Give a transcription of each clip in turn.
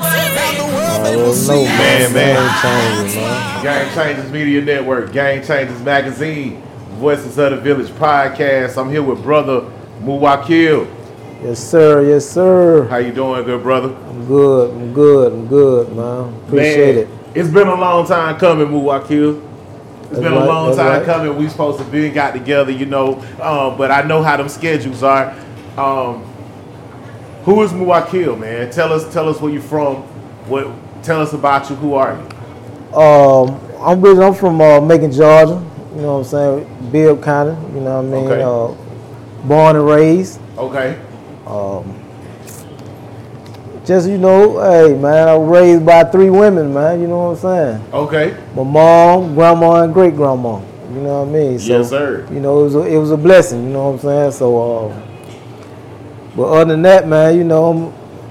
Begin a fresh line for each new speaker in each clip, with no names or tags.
I don't know, man.
Man,
man. Game changer, man.
Gang Changers Media Network, Gang Changers Magazine, Voices of the Village podcast. I'm here with brother Muwakil.
Yes, sir. Yes, sir.
How you doing, good brother?
I'm good. I'm good. I'm good, man. Appreciate it.
Man, It's been a long time coming, Muwakil. It's
That's
been a
right,
long
that's
time
right.
coming. We supposed to be got together, you know, um, but I know how them schedules are. Um, who is Muwakil, man? Tell us, tell us where you from. What? Tell us about you. Who are you?
Um, I'm really, I'm from uh, Macon, Georgia. You know what I'm saying? Bill County. You know what I mean?
Okay.
Uh, born and raised.
Okay.
Just you know, hey man, I was raised by three women, man. You know what I'm saying?
Okay.
My mom, grandma, and great grandma. You know what I mean? So,
Yes, sir.
You know, it was a, it was a blessing. You know what I'm saying? So, uh, but other than that, man, you know,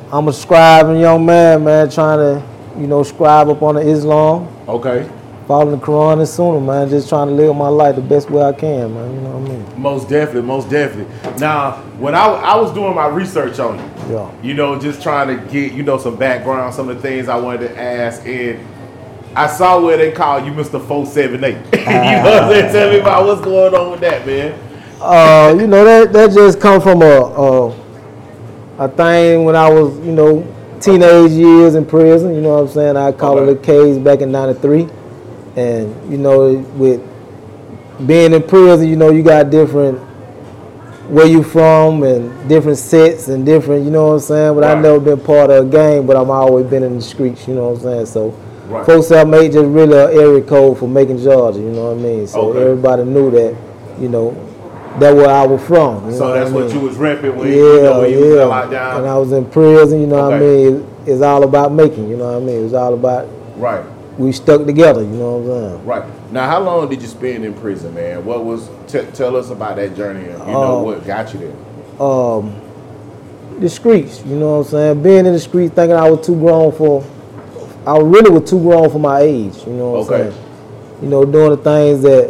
I'm I'm a scribing young man, man, trying to you know scribe up on the Islam.
Okay.
following the Quran and Sunnah, man. Just trying to live my life the best way I can, man. You know what I mean?
Most definitely, most definitely. Now, when I, I was doing my research on you,
Yeah.
you know, just trying to get, you know, some background, some of the things I wanted to ask, and I saw where they call you Mr. 478. you know what I'm
Ah.
saying? Tell me about what's going on with that, man.
Uh, you know that that just come from a, a a thing when I was you know teenage years in prison. You know what I'm saying? I caught a
Okay.
little case back in '93, and you know with being in prison, you know you got different where you from and different sets and different. You know what I'm saying? But
Right.
I've never been part of a gang, but I'm always been in the streets. You know what I'm saying? So.
Right.
Folks that made just really an area code for making Georgia, you know what I mean? So
Okay.
everybody knew that, you know, that where I was from. you know
So that's
I mean?
what you was repping when,
yeah,
you know, when you
yeah.
was locked down.
And I was in prison, you know what I
Okay.
mean? It- It's all about making, you know what I mean? It's all about
right,
we stuck together, you know what I'm saying?
right. Now, how long did you spend in prison, man? What was, t- tell us about that journey, and, you know,
Um,
what got you there?
Um, the streets, you know what I'm saying? Being in the streets, thinking I was too grown for, I really was too grown for my age, you know what
Okay.
I'm saying? you know, doing the things that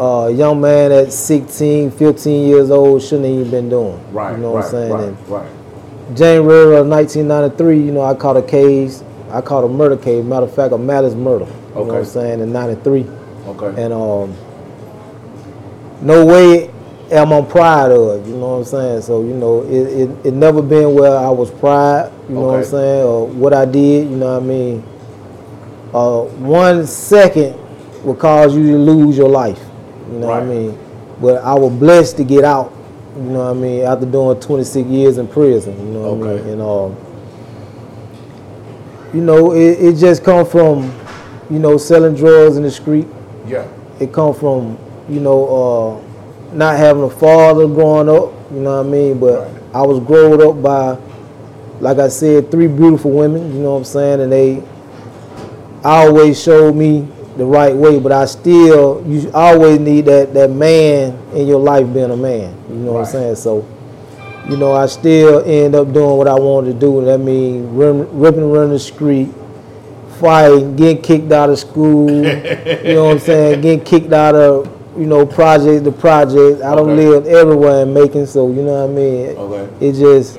uh, a young man at 16, 15 years old shouldn't even been doing.
Right,
You know
right,
what I'm saying?
right, right.
And January of 1993, you know, I caught a case. I caught a murder case. Matter of fact, a malice murder. You know what
Okay.
I'm saying? In 93.
Okay.
And um, no way am I proud of, you know what I'm saying? So, you know, it, it, it never been where I was proud, you know what I'm
Okay.
saying, or what I did, you know what I mean? Uh, one second will cause you to lose your life, you know what I
Right.
mean? But I was blessed to get out, you know what I mean, after doing 26 years in prison, you know what
Okay.
I mean? And, um, you know, it, it just come from, you know, selling drugs in the street,
yeah.
it come from you know uh, not having a father growing up you know what i mean but
Right.
i was grown up by like i said three beautiful women you know what i'm saying and they always showed me the right way but i still you always need that that man in your life being a man you know what i'm
Right.
saying so you know i still end up doing what i wanted to do and that means ripping around the street fighting, getting kicked out of school, you know what I'm saying, getting kicked out of, you know, project to project. I don't
Okay.
live everywhere in Macon, so you know what I mean?
Okay.
It just,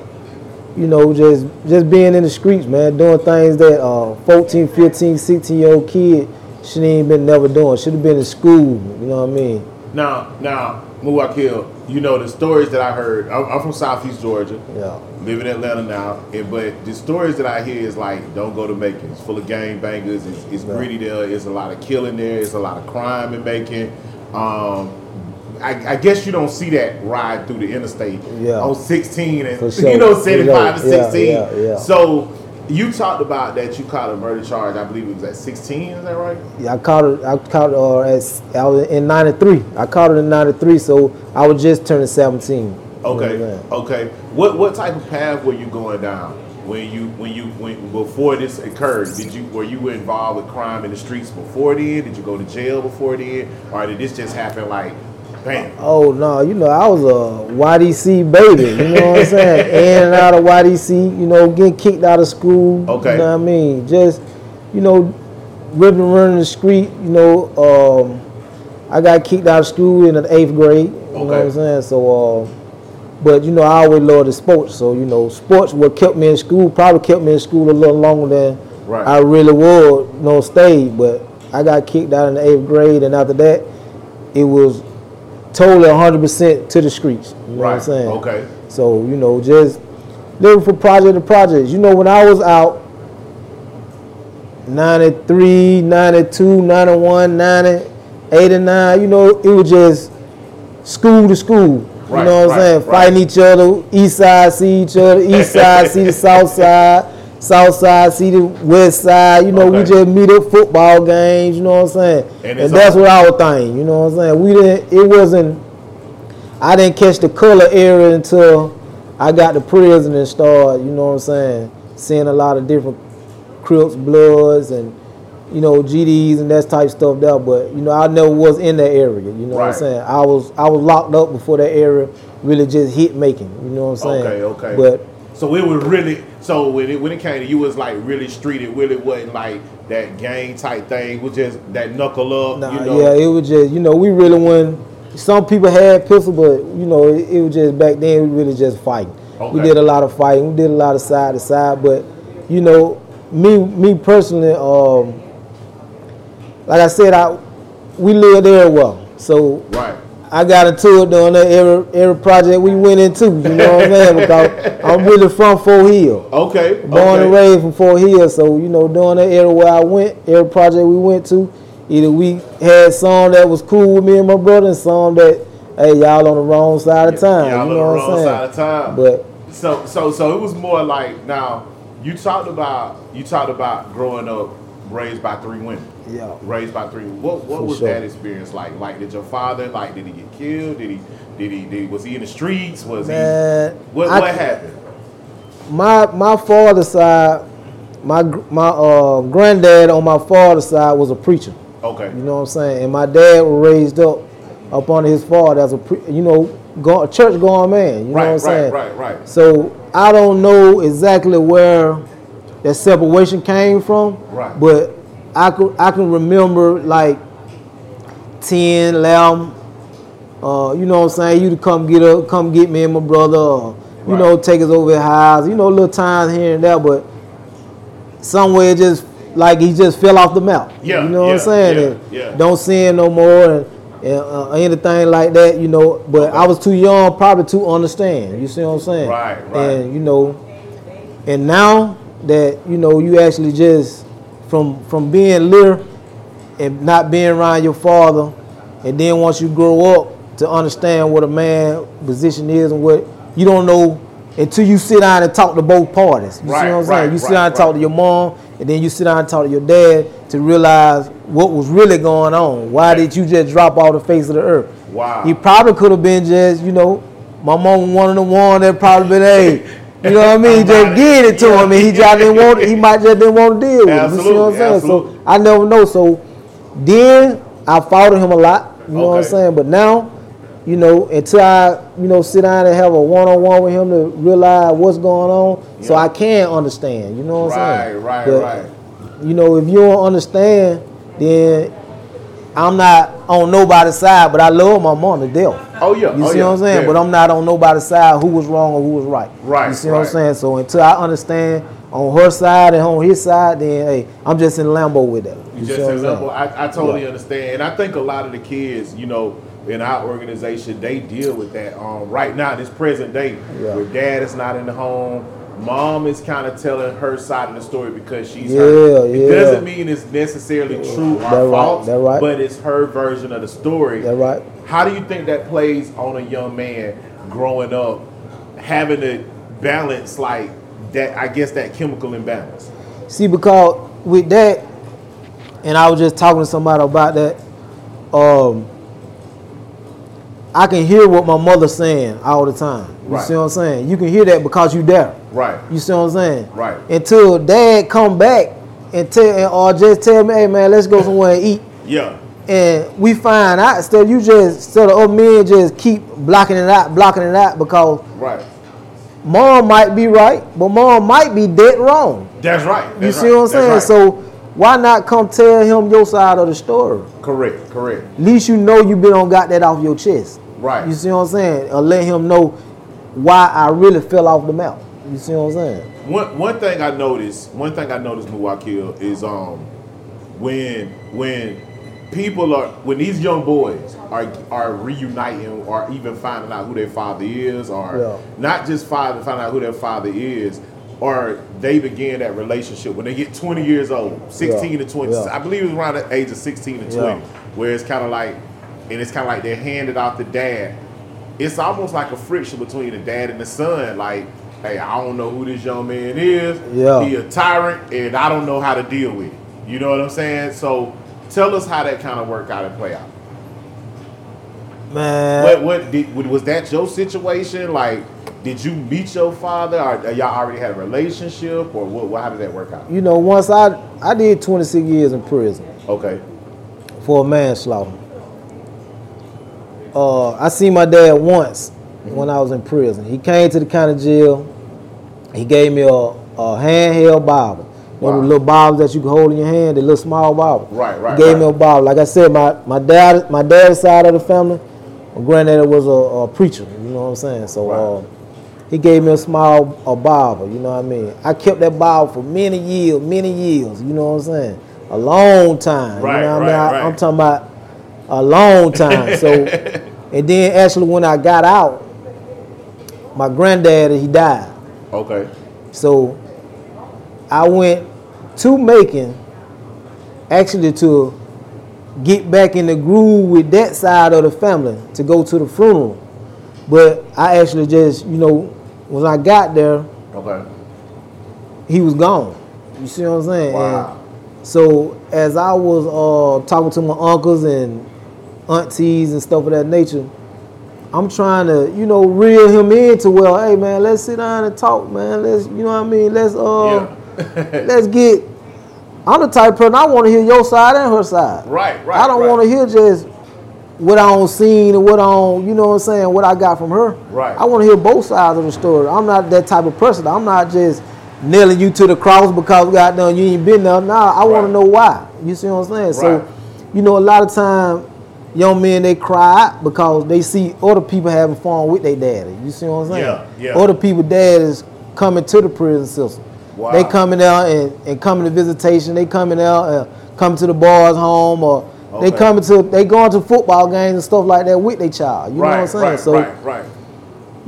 you know, just just being in the streets, man, doing things that uh, 14, 15, 16 year old kid should ain't been never doing. Should have been in school, you know what I mean?
Now, now, Muwakil, you know the stories that I heard. I'm, I'm from Southeast Georgia,
Yeah.
live in Atlanta now, and, but the stories that I hear is like, don't go to Macon. It's full of gang bangers. It's, it's greedy there. It's a lot of killing there. It's a lot of crime in Macon. Um, I, I guess you don't see that ride through the interstate
Yeah.
on 16 and
For sure.
you know 75
Yeah,
to 16.
yeah, yeah.
So you talked about that you caught a murder charge. I believe it was at 16. Is that right?
Yeah, I caught it. I caught it. Uh, as, I was in '93. I caught it in '93, so I was just turning 17. you know what I'm
Okay.
saying?
Okay. What what type of path were you going down when you when you when before this occurred? Did you were you involved with crime in the streets before then? Did you go to jail before then? Or did this just happen like bam?
Oh no, you know I was a YDC baby. You know what I'm saying? In and out of YDC. You know, getting kicked out of school.
Okay.
You know what I mean? Just, you know, ripping running the street. You know, um, I got kicked out of school in the eighth grade. You know what
Okay.
I'm saying? So, uh, But you know, I always loved the sports. So you know, sports what kept me in school. Probably kept me in school a little longer than
Right.
I really would. You know, stay. But I got kicked out in the eighth grade, and after that, it was totally 100 percent to the streets. You know what I'm
Right.
saying?
Okay.
So you know, just living for project to project. You know, when I was out. 93, 92, 91, 90, 89, you know, it was just school to school.
Right,
you know what I'm
right,
saying?
right.
Fighting each other, east side see each other, east side see the south side, south side see the west side. You know, we
Okay.
just meet up football games, you know what I'm saying?
And
And,
it's
that's
all-
what our thing, you know what I'm saying? We didn't it wasn't I didn't catch the color era until I got to prison and started, you know what I'm saying, seeing a lot of different Crips, Bloods, and you know GDs and that type of stuff there. But you know, I never was in that area. You know what
Right.
I'm saying? I was I was locked up before that area really just hit making. You know what I'm saying?
Okay, okay.
But
so it was really so when it when it came to you it was like really street. It really wasn't like that gang type thing. It was just that knuckle up.
Nah,
you know,
yeah, it was just you know we really won. Some people had pistol, but you know it, it was just back then we really just fighting.
Okay.
We did a lot of fighting. We did a lot of side to side, but you know me me personally, um, like I said, I we lived there well, so
right.
I got into it during that every every project we went into. You know what I'm saying? Because I'm really from Fort Hill.
Okay,
Born
okay.
and raised from Fort Hill, so you know, during that era where I went, every project we went to, either we had some that was cool with me and my brother, and some that, hey, y'all on the wrong side of time.
Y'all
you
on the
know
wrong
what I'm
side
saying?
of time.
But
So so so it was more like now you talked about you talked about growing up raised by three women.
Yeah.
Raised by three. What what
For
was
sure.
that experience like? Like did your father like did he get killed? Did he did he, did he was he in the streets? Was
man,
he what
I-
what happened?
My my father's side, my gr- my uh, granddad on my father's side was a preacher.
Okay.
You know what I'm saying? And my dad was raised up up under his father as a pre, you know go, a church going man. You
right,
know what I'm
right,
saying?
right, right.
So I don't know exactly where that separation came from.
Right.
But I could I can remember like 10, 11, uh, you know what I'm saying? You to come get up, come get me and my brother, or, you
Right.
know, take us over to the house, you know, little times here and there, but somewhere it just like he just fell off the map.
Yeah,
you know what
yeah,
I'm saying?
yeah,
And
yeah.
Don't see him no more and, and uh, anything like that, you know. But I was too young, probably to understand. You see what I'm saying?
Right, right.
And you know, and now that you know, you actually just from from being little and not being around your father, and then once you grow up to understand what a man position is and what you don't know until you sit down and talk to both parties. You see
Right,
what I'm saying?
right,
you sit
right,
down and talk
right.
to your mom, and then you sit down and talk to your dad to realize what was really going on. Why
Right.
did you just drop off the face of the earth?
Wow.
You probably could have been just, you know, my mom one of the one that probably been, hey, you know what I mean?
I'm
Just
outta
get it to him, and he just didn't want. He might just didn't want to deal with it. You see what
Absolutely,
I'm saying?
absolutely.
So I never know. So then I followed him a lot. You know what I'm
Okay.
saying? But now, you know, until I, you know, sit down and have a one-on-one with him to realize what's going on, so
Yeah.
I can understand. You know what I'm saying?
Right, right,
But,
right.
You know, if you don't understand, then I'm not on nobody's side. But I love my mom to death.
Oh yeah.
You
oh,
see
yeah.
what I'm saying?
yeah.
But I'm not on nobody's side who was wrong or who was right.
Right,
You see what
right.
I'm saying? So until I understand on her side and on his side, then hey, I'm just in Lambo with that.
You just
see what I'm
said,
saying?
"Well, I, I totally understand, and I think a lot of the kids, you know, in our organization, they deal with that um, right now, this present day,
Yeah.
where dad is not in the home, mom is kind of telling her side of the story because she's
Yeah,
hurt. It
yeah.
doesn't mean it's necessarily true or
That right,
false,
that right.
but it's her version of the story.
That right?
How do you think that plays on a young man growing up, having to balance like that? I guess that chemical imbalance.
See, because with that, and I was just talking to somebody about that. Um, I can hear what my mother's saying all the time. You
Right.
see what I'm saying? You can hear that because you there.
Right.
You see what I'm saying?
Right.
Until dad come back and tell or just tell me, hey man, let's go somewhere and eat.
Yeah.
And we find out instead you just instead of other men just keep blocking it out, blocking it out because
Right.
mom might be right, but mom might be dead wrong.
That's right.
You
That's
see
right.
what I'm saying?
That's right.
So why not come tell him your side of the story?
correct, correct.
At least you know you been on got that off your chest.
Right.
You see what I'm saying? Or let him know why I really fell off the map. You see what I'm saying?
One one thing I noticed, one thing I noticed, Muwakil, is um when when people are when these young boys are are reuniting or even finding out who their father is or
Yeah.
not just father finding out who their father is or they begin that relationship when they get 20 years old 16
Yeah.
to 20
Yeah.
i believe it was around the age of 16 to 20
Yeah.
where it's kind of like and it's kind of like they're handed off to dad it's almost like a friction between the dad and the son like hey i don't know who this young man is
Yeah.
he a tyrant and i don't know how to deal with it you know what i'm saying so tell us how that kind of worked out and play out
Man.
what what did what- was that your situation like did you meet your father or y'all already had a relationship or what, what how did that work out
You know, once I I did 26 years in prison
okay
for manslaughter. Uh, I seen my dad once when I was in prison. He came to the county jail. He gave me a, a handheld Bible. One of
Wow.
the little Bibles that you can hold in your hand, the little small Bible.
Right, right,
He gave
right.
me a Bible. Like I said, my, my dad my dad's side of the family, my granddad was a, a preacher, you know what I'm saying? So
Right.
uh, he gave me a small a Bible, you know what I mean? I kept that Bible for many years, many years, you know what I'm saying? A long time.
Right,
you know what I
right,
mean? I,
right.
I'm talking about a long time. So and then actually when I got out, my granddad he died.
okay
So I went to Macon actually to get back in the groove with that side of the family to go to the funeral. But I actually just, you know, when I got there,
okay
he was gone. You see what I'm saying?
Wow.
And so as I was uh, talking to my uncles and aunties and stuff of that nature, I'm trying to, you know, reel him into well, hey man, let's sit down and talk, man. Let's, you know what I mean? Let's uh,
yeah
let's get. I'm the type of person I want to hear your side and her side.
right right
I don't
right.
want to hear just what I don't seen and what I don't, you know what I'm saying, what I got from her.
Right.
I want to hear both sides of the story. I'm not that type of person. I'm not just nailing you to the cross because God done you ain't been there. Nah, I want
Right.
to know why. You see what I'm saying?
Right.
So, you know, a lot of time young men they cry out because they see other people having fun with their daddy. You see what I'm saying?
Yeah, yeah.
Other people dad is coming to the prison system.
Wow.
They coming out and, and coming to visitation. They coming out and come to the bars home or
Okay.
they coming to they going to football games and stuff like that with their child. You
right,
know what I'm saying? so
right right right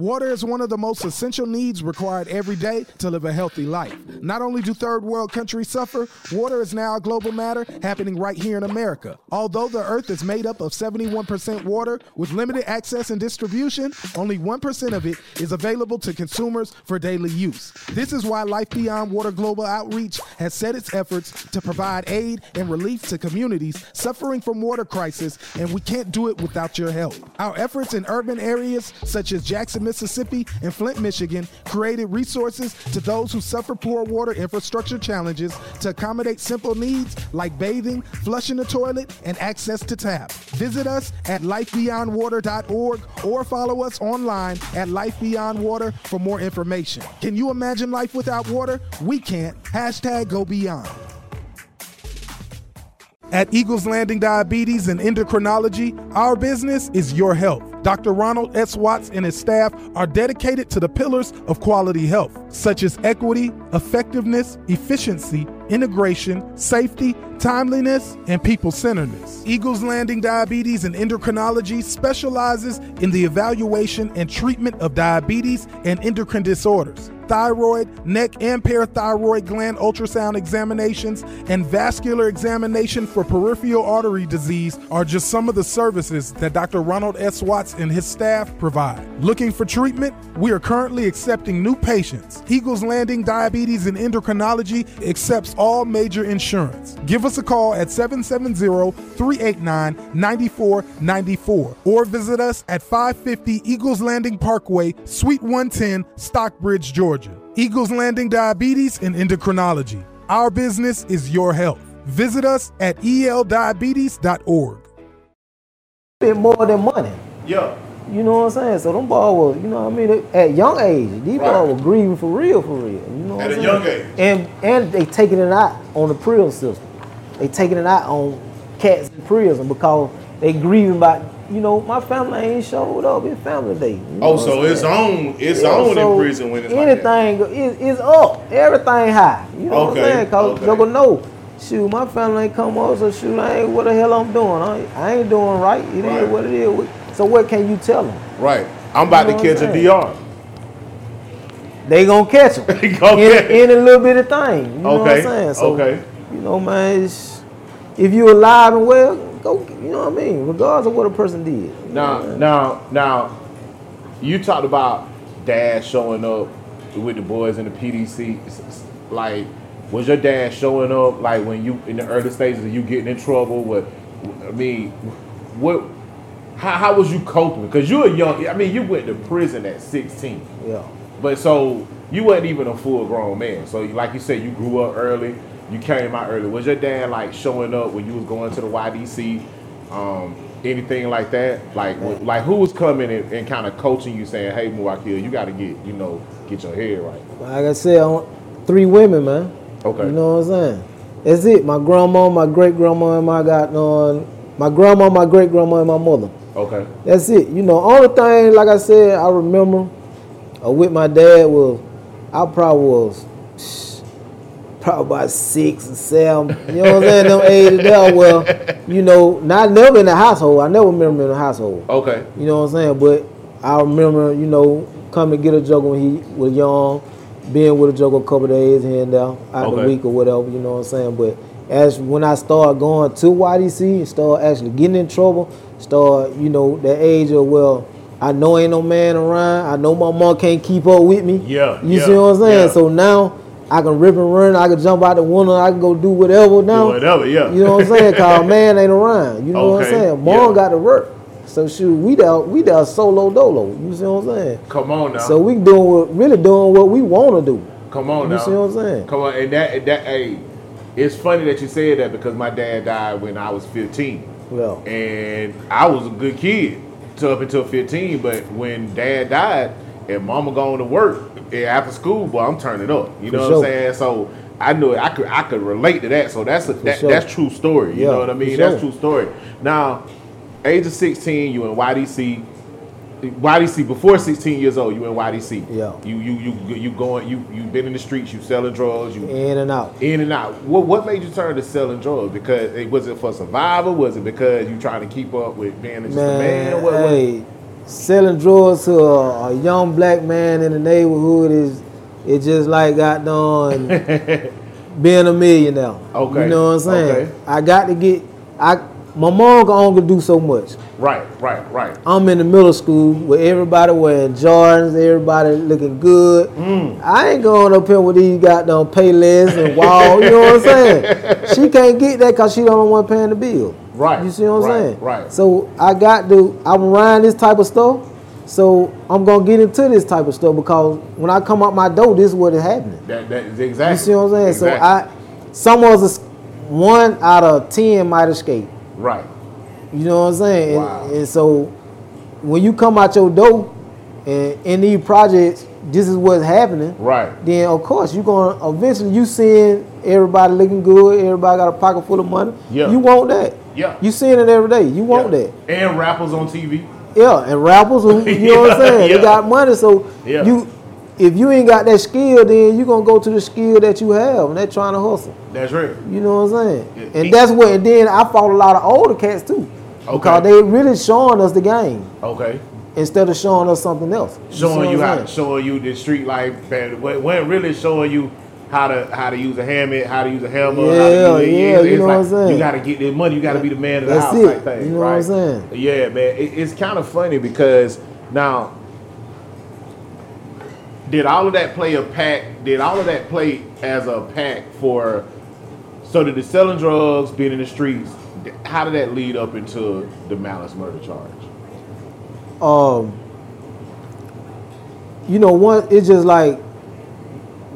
Water is one of the most essential needs required every day to live a healthy life. Not only do third world countries suffer, water is now a global matter happening right here in America. Although the earth is made up of 71% water with limited access and distribution, only 1% of it is available to consumers for daily use. This is why Life Beyond Water Global Outreach has set its efforts to provide aid and relief to communities suffering from water crisis, and we can't do it without your help. Our efforts in urban areas such as Jackson, Mississippi, and Flint, Michigan, created resources to those who suffer poor water infrastructure challenges to accommodate simple needs like bathing, flushing the toilet, and access to tap. Visit us at lifebeyondwater.org or follow us online at Life Beyond Water for more information. Can you imagine life without water? We can't. Hashtag go beyond. At Eagles Landing Diabetes and Endocrinology, our business is your health. Dr. Ronald S. Watts and his staff are dedicated to the pillars of quality health, such as equity, effectiveness, efficiency, integration, safety, timeliness, and people centeredness. Eagles Landing Diabetes and Endocrinology specializes in the evaluation and treatment of diabetes and endocrine disorders thyroid, neck and parathyroid gland ultrasound examinations, and vascular examination for peripheral artery disease are just some of the services that Dr. Ronald S. Watts and his staff provide. Looking for treatment? We are currently accepting new patients. Eagles Landing Diabetes and Endocrinology accepts all major insurance. Give us a call at 770-389-9494 or visit us at 550 Eagles Landing Parkway, Suite 110, Stockbridge, Georgia. Eagles Landing Diabetes and Endocrinology. Our business is your health. Visit us at E eldiabetes.org.
bit more than money.
yeah
You know what I'm saying? So them boys were, you know what I mean? They- At young age, these
Right.
boys were grieving for real, for real. You know what
At
I'm
a
saying?
young age.
And and they taking it out on the prison system. They taking it out on cats in prison because they grieving about you know, my family ain't showed up. It's family day. You know
Oh,
what I'm
so
saying?
it's on. It's
Yeah,
on
so
in prison when it's like that.
anything is is up. Everything high. You know
Okay,
what I'm saying? Cause
okay.
they gonna know. Shoot, my family ain't come up, so shoot, I ain't what the hell I'm doing. I, ain't- I ain't doing right. It is
Right.
what it is. What- So what can you tell them?
Right. I'm about
You know
to catch
what
a
I'm
DR.
They gonna catch them.
They gonna catch 'em.
any, any little bit of thing. You know what
Okay,
I'm saying? So,
okay.
You know, man, it's, if you alive and well, go. You know what I mean? Regardless of what a person did.
Now, now, now, you talked about dad showing up with the boys in the PDC. S- s- Like, was your dad showing up like when you in the early stages of you getting in trouble? What, I mean, what? How, how was you coping? Because you were young. I mean, you went to prison at sixteen.
Yeah.
But so you wasn't even a full grown man. So like you said, you grew up early. You came out early. Was your dad like showing up when you was going to the YDC? Um, anything like that? Like w- like who was coming and, and kind of coaching you, saying, "Hey, Muakil, you got to get you know get your head right."
Like I said, I want three women, man.
Okay.
You know what I'm saying? That's it. My grandma, my great grandma, and my god, uh, my grandma, my great grandma, and my mother.
Okay.
That's it. You know, only thing, like I said, I remember uh, with my dad was I probably was probably about six or seven. You know what I'm saying? Them ages there. Well, you know, not never in the household. I never remember in the household.
Okay.
You know what I'm saying? But I remember, you know, coming to get a juggle when he was young, being with a juggle a couple days here and there, out
Okay.
the week or whatever, you know what I'm saying? But as when I started going to YDC and started actually getting in trouble, start, you know, the age of, well, I know ain't no man around. I know my mom can't keep up with me.
Yeah,
You
yeah,
see what I'm saying?
yeah.
So now I can rip and run. I can jump out the window. I can go do whatever now.
whatever, yeah.
You know what I'm saying? Cause man ain't around. You know what I'm
Okay,
saying? Mom
yeah.
got to work. So shoot, we down we down solo dolo. You see what I'm saying?
Come on now.
So we doing what really doing what we want to do.
Come on
You
now.
see what I'm saying?
Come on, and that and that hey, it's funny that you said that because my dad died when I was 15.
Yeah.
And I was a good kid to up until 15, but when dad died and mama going to work and after school, boy, I'm turning up. You
For
know
sure.
what I'm saying? So I knew I could I could relate to that. So that's a, that,
sure.
that's true story. You
Yeah,
know what I
for
mean?
sure.
That's true story. Now, age of 16, you in YDC. YDC before 16 years old, you in YDC.
Yeah.
You you you you going you you been in the streets, you selling drugs, you
In and out.
in and out. What what made you turn to selling drugs? Because it was it for survival? Was it because you trying to keep up with being just a man? What, what-
hey, selling drugs to a, a young black man in the neighborhood is it's just like got done being a millionaire.
Okay,
You know what I'm saying?
okay.
I got to get I my mom can only do so much.
Right, right, right.
I'm in the middle school where everybody wearing Jordans, everybody looking good.
Mm.
I ain't going up here with these goddamn Payless and Wall. you know what I'm saying? She can't get that because she the only one paying the bill.
Right,
You see what I'm
right,
saying?
right.
So I got to. I'm around this type of stuff. So I'm gonna get into this type of stuff because when I come out my door, this is what is happening.
That that is
You
exactly.
see what I'm saying?
Exactly.
So I, some was a, one out of ten might escape.
right.
You know what I'm saying? And-
Wow.
And, so when you come out your door and in these projects, this is what's happening.
Right.
Then of course you're gonna eventually you seeing everybody looking good, everybody got a pocket full of money.
Yeah.
You want that.
Yeah.
You seeing it every day. You want
Yeah.
that.
And rappers on TV.
Yeah, and rappers who you know what I'm
Yeah,
saying,
yeah.
they got money. So
Yeah.
you if you ain't got that skill, then you're gonna go to the skill that you have and they're trying to hustle.
That's right.
You know what I'm saying?
Yeah.
And that's what. And then I fought a lot of older cats too,
Okay.
because they really showing us the game
Okay.
instead of showing us something else. see what
Showing you
I'm
how
saying?
showing you the street life. and wa- Wasn't really showing you how to how to use a hammer, how to use a helmet. how
Yeah,
to use,
yeah,
it's
you know
like,
what I'm saying?
You got to get that money. You got to be the man of the
That's
house.
it.
Type thing,
You know what
right?
I'm saying?
Yeah, man. It, it's kind of funny because now did all of that play a pack? Did all of that play as a pack for? So did the selling drugs, being in the streets? th- How did that lead up into the malice murder charge?
Um, you know, one it's just like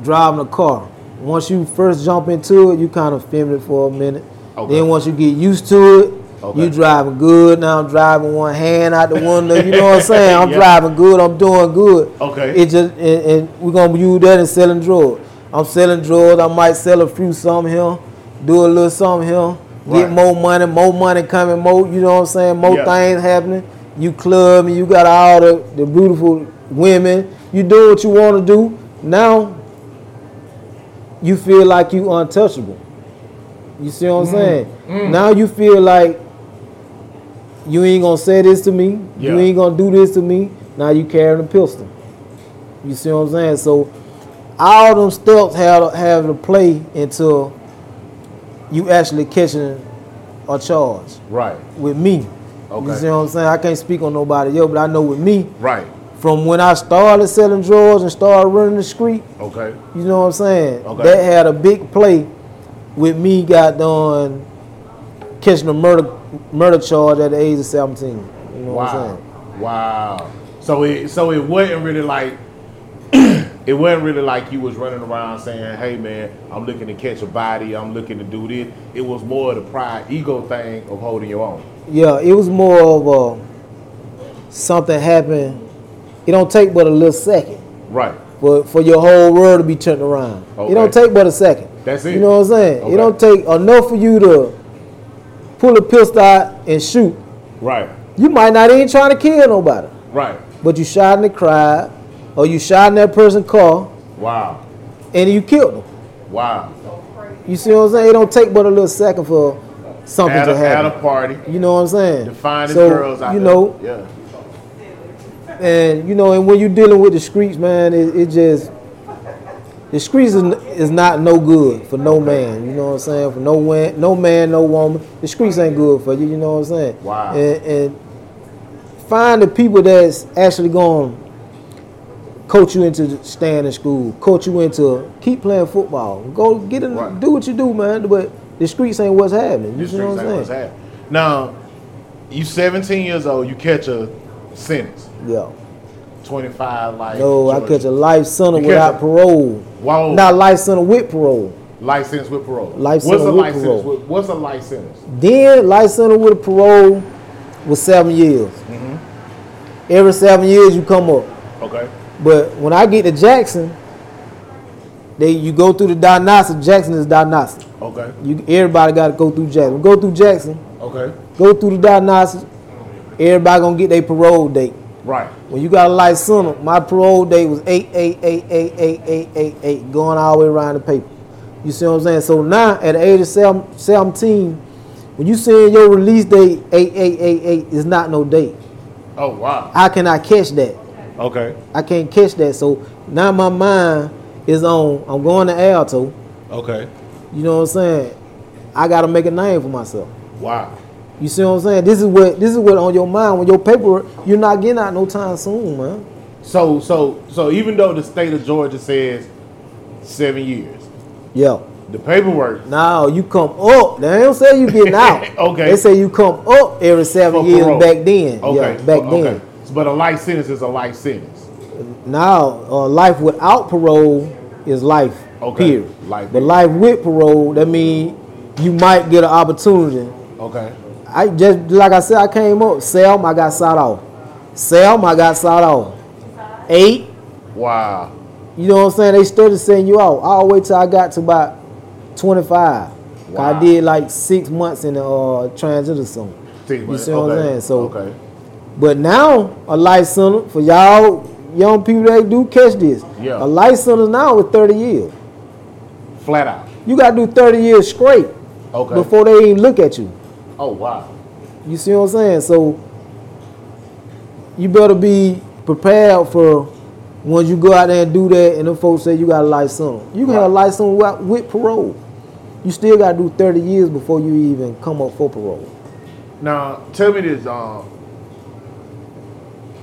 driving a car. Once you first jump into it, you kind of film it for a minute.
Okay.
Then once you get used to it,
Okay.
you driving good. Now I'm driving one hand out the window. You know what I'm saying? I'm
Yeah.
driving good. I'm doing good.
Okay.
It just and, and we're gonna use that and selling drugs. I'm selling drugs. I might sell a few something here, do a little something here.
Right.
Get more money, more money coming, more, you know what I'm saying, more
Yeah.
things happening. You club and you got all the, the beautiful women. You do what you want to do. Now you feel like you untouchable. You see what I'm
Mm-hmm.
saying?
Mm.
Now you feel like you ain't gonna say this to me.
Yeah.
You ain't gonna do this to me. Now you carrying a pistol. You see what I'm saying? So all them steps have have to play until you actually catching a charge.
Right.
With me,
Okay.
you see what I'm saying? I can't speak on nobody else, but I know with me,
Right.
from when I started selling drugs and started running the street,
Okay.
you know what I'm saying?
Okay.
That had a big play with me got done catching a murder murder charge at the age of 17. You know what I'm
Wow.
saying?
Wow. So it so it wasn't really like it wasn't really like you was running around saying, "Hey man, I'm looking to catch a body. I'm looking to do this." It was more of the pride, ego thing of holding your own.
Yeah, it was more of a something happened. It don't take but a little second
Right.
for, for your whole world to be turned around. It don't
Okay.
take but a second.
That's it.
You know what I'm saying?
Okay.
It don't take enough for you to pull a pistol out and shoot.
Right.
You might not even trying to kill nobody.
Right.
but you shot in the crowd or you shot in that person's car
Wow.
and you killed them.
Wow.
You see what I'm saying? It don't take but a little second for something
At a,
to
at
happen.
a party,
you know what I'm saying?
the finest
so,
girls out
you
there.
know,
Yeah.
and you know, and when you dealing with the streets, man, it, it just the streets is, is not no good for no man. You know what I'm saying? For no man, no man, no woman. The streets ain't good for you. You know what I'm saying?
Wow.
And, and find the people that's actually going to coach you into staying in school, coach you into keep playing football. Go get in,
Right.
do what you do, man. But the streets ain't what's happening. You
This
see what
streets
I'm
ain't
saying?
what's happening. Now, you 17 years old, you catch a sentence,
Yeah.
25 life.
No, I catch
Georgia.
a life sentence
You catch
without
a-
parole.
Whoa.
Not life sentence with parole.
License with parole.
Life
what's
sentence
a
with
license
parole.
With, what's a life sentence?
Then life sentence with a parole was seven years. Every seven years you come up.
Okay.
But when I get to Jackson, they you go through the diagnostic. Jackson is diagnostic.
Okay.
You everybody got to go through Jackson. Go through Jackson.
Okay.
Go through the diagnostic. Everybody gonna get their parole date.
Right.
When you got a life sentence, my parole date was eight eight eight eight eight eight eight eight, going all the way around the paper. You see what I'm saying? So now at the age of seven- 17, when you saying your release date eight eight eight eight is not no date.
Oh wow.
How can I catch that?
Okay.
I can't catch that. So now my mind is on. I'm going to Alto.
Okay.
You know what I'm saying? I gotta make a name for myself.
Wow.
You see what I'm saying? This is what this is what on your mind when your paperwork. You're not getting out no time soon, man.
So so so even though the state of Georgia says seven years,
Yeah.
the paperwork
Now you come up. They don't say you getting out.
Okay.
They say you come up every seven
for
years
parole.
back then.
Okay.
Yeah, back
okay.
then.
But a life sentence is a life sentence.
Now uh, life without parole is life.
Okay.
Period.
Life.
But life with parole, that means you might get an opportunity
Okay.
I just like I said, I came up. Selm, I got sawed off. Selm, I got sawed off. Eight,
Wow.
you know what I'm saying? They started sending you out all the way till I got to about 25. 'Cause
Wow.
I did like six months in the uh, transition zone.
See,
You see what I'm saying? So-
okay.
But now a life sentence for y'all young people that do catch this.
Yeah.
A life sentence now is 30 years.
Flat out.
You got to do 30 years straight
Okay.
before they even look at you.
oh wow.
You see what I'm saying? So you better be prepared for when you go out there and do that, and them folks say you got a life sentence. You can have a life sentence without- with parole. You still got to do 30 years before you even come up for parole.
Now tell me this. Um,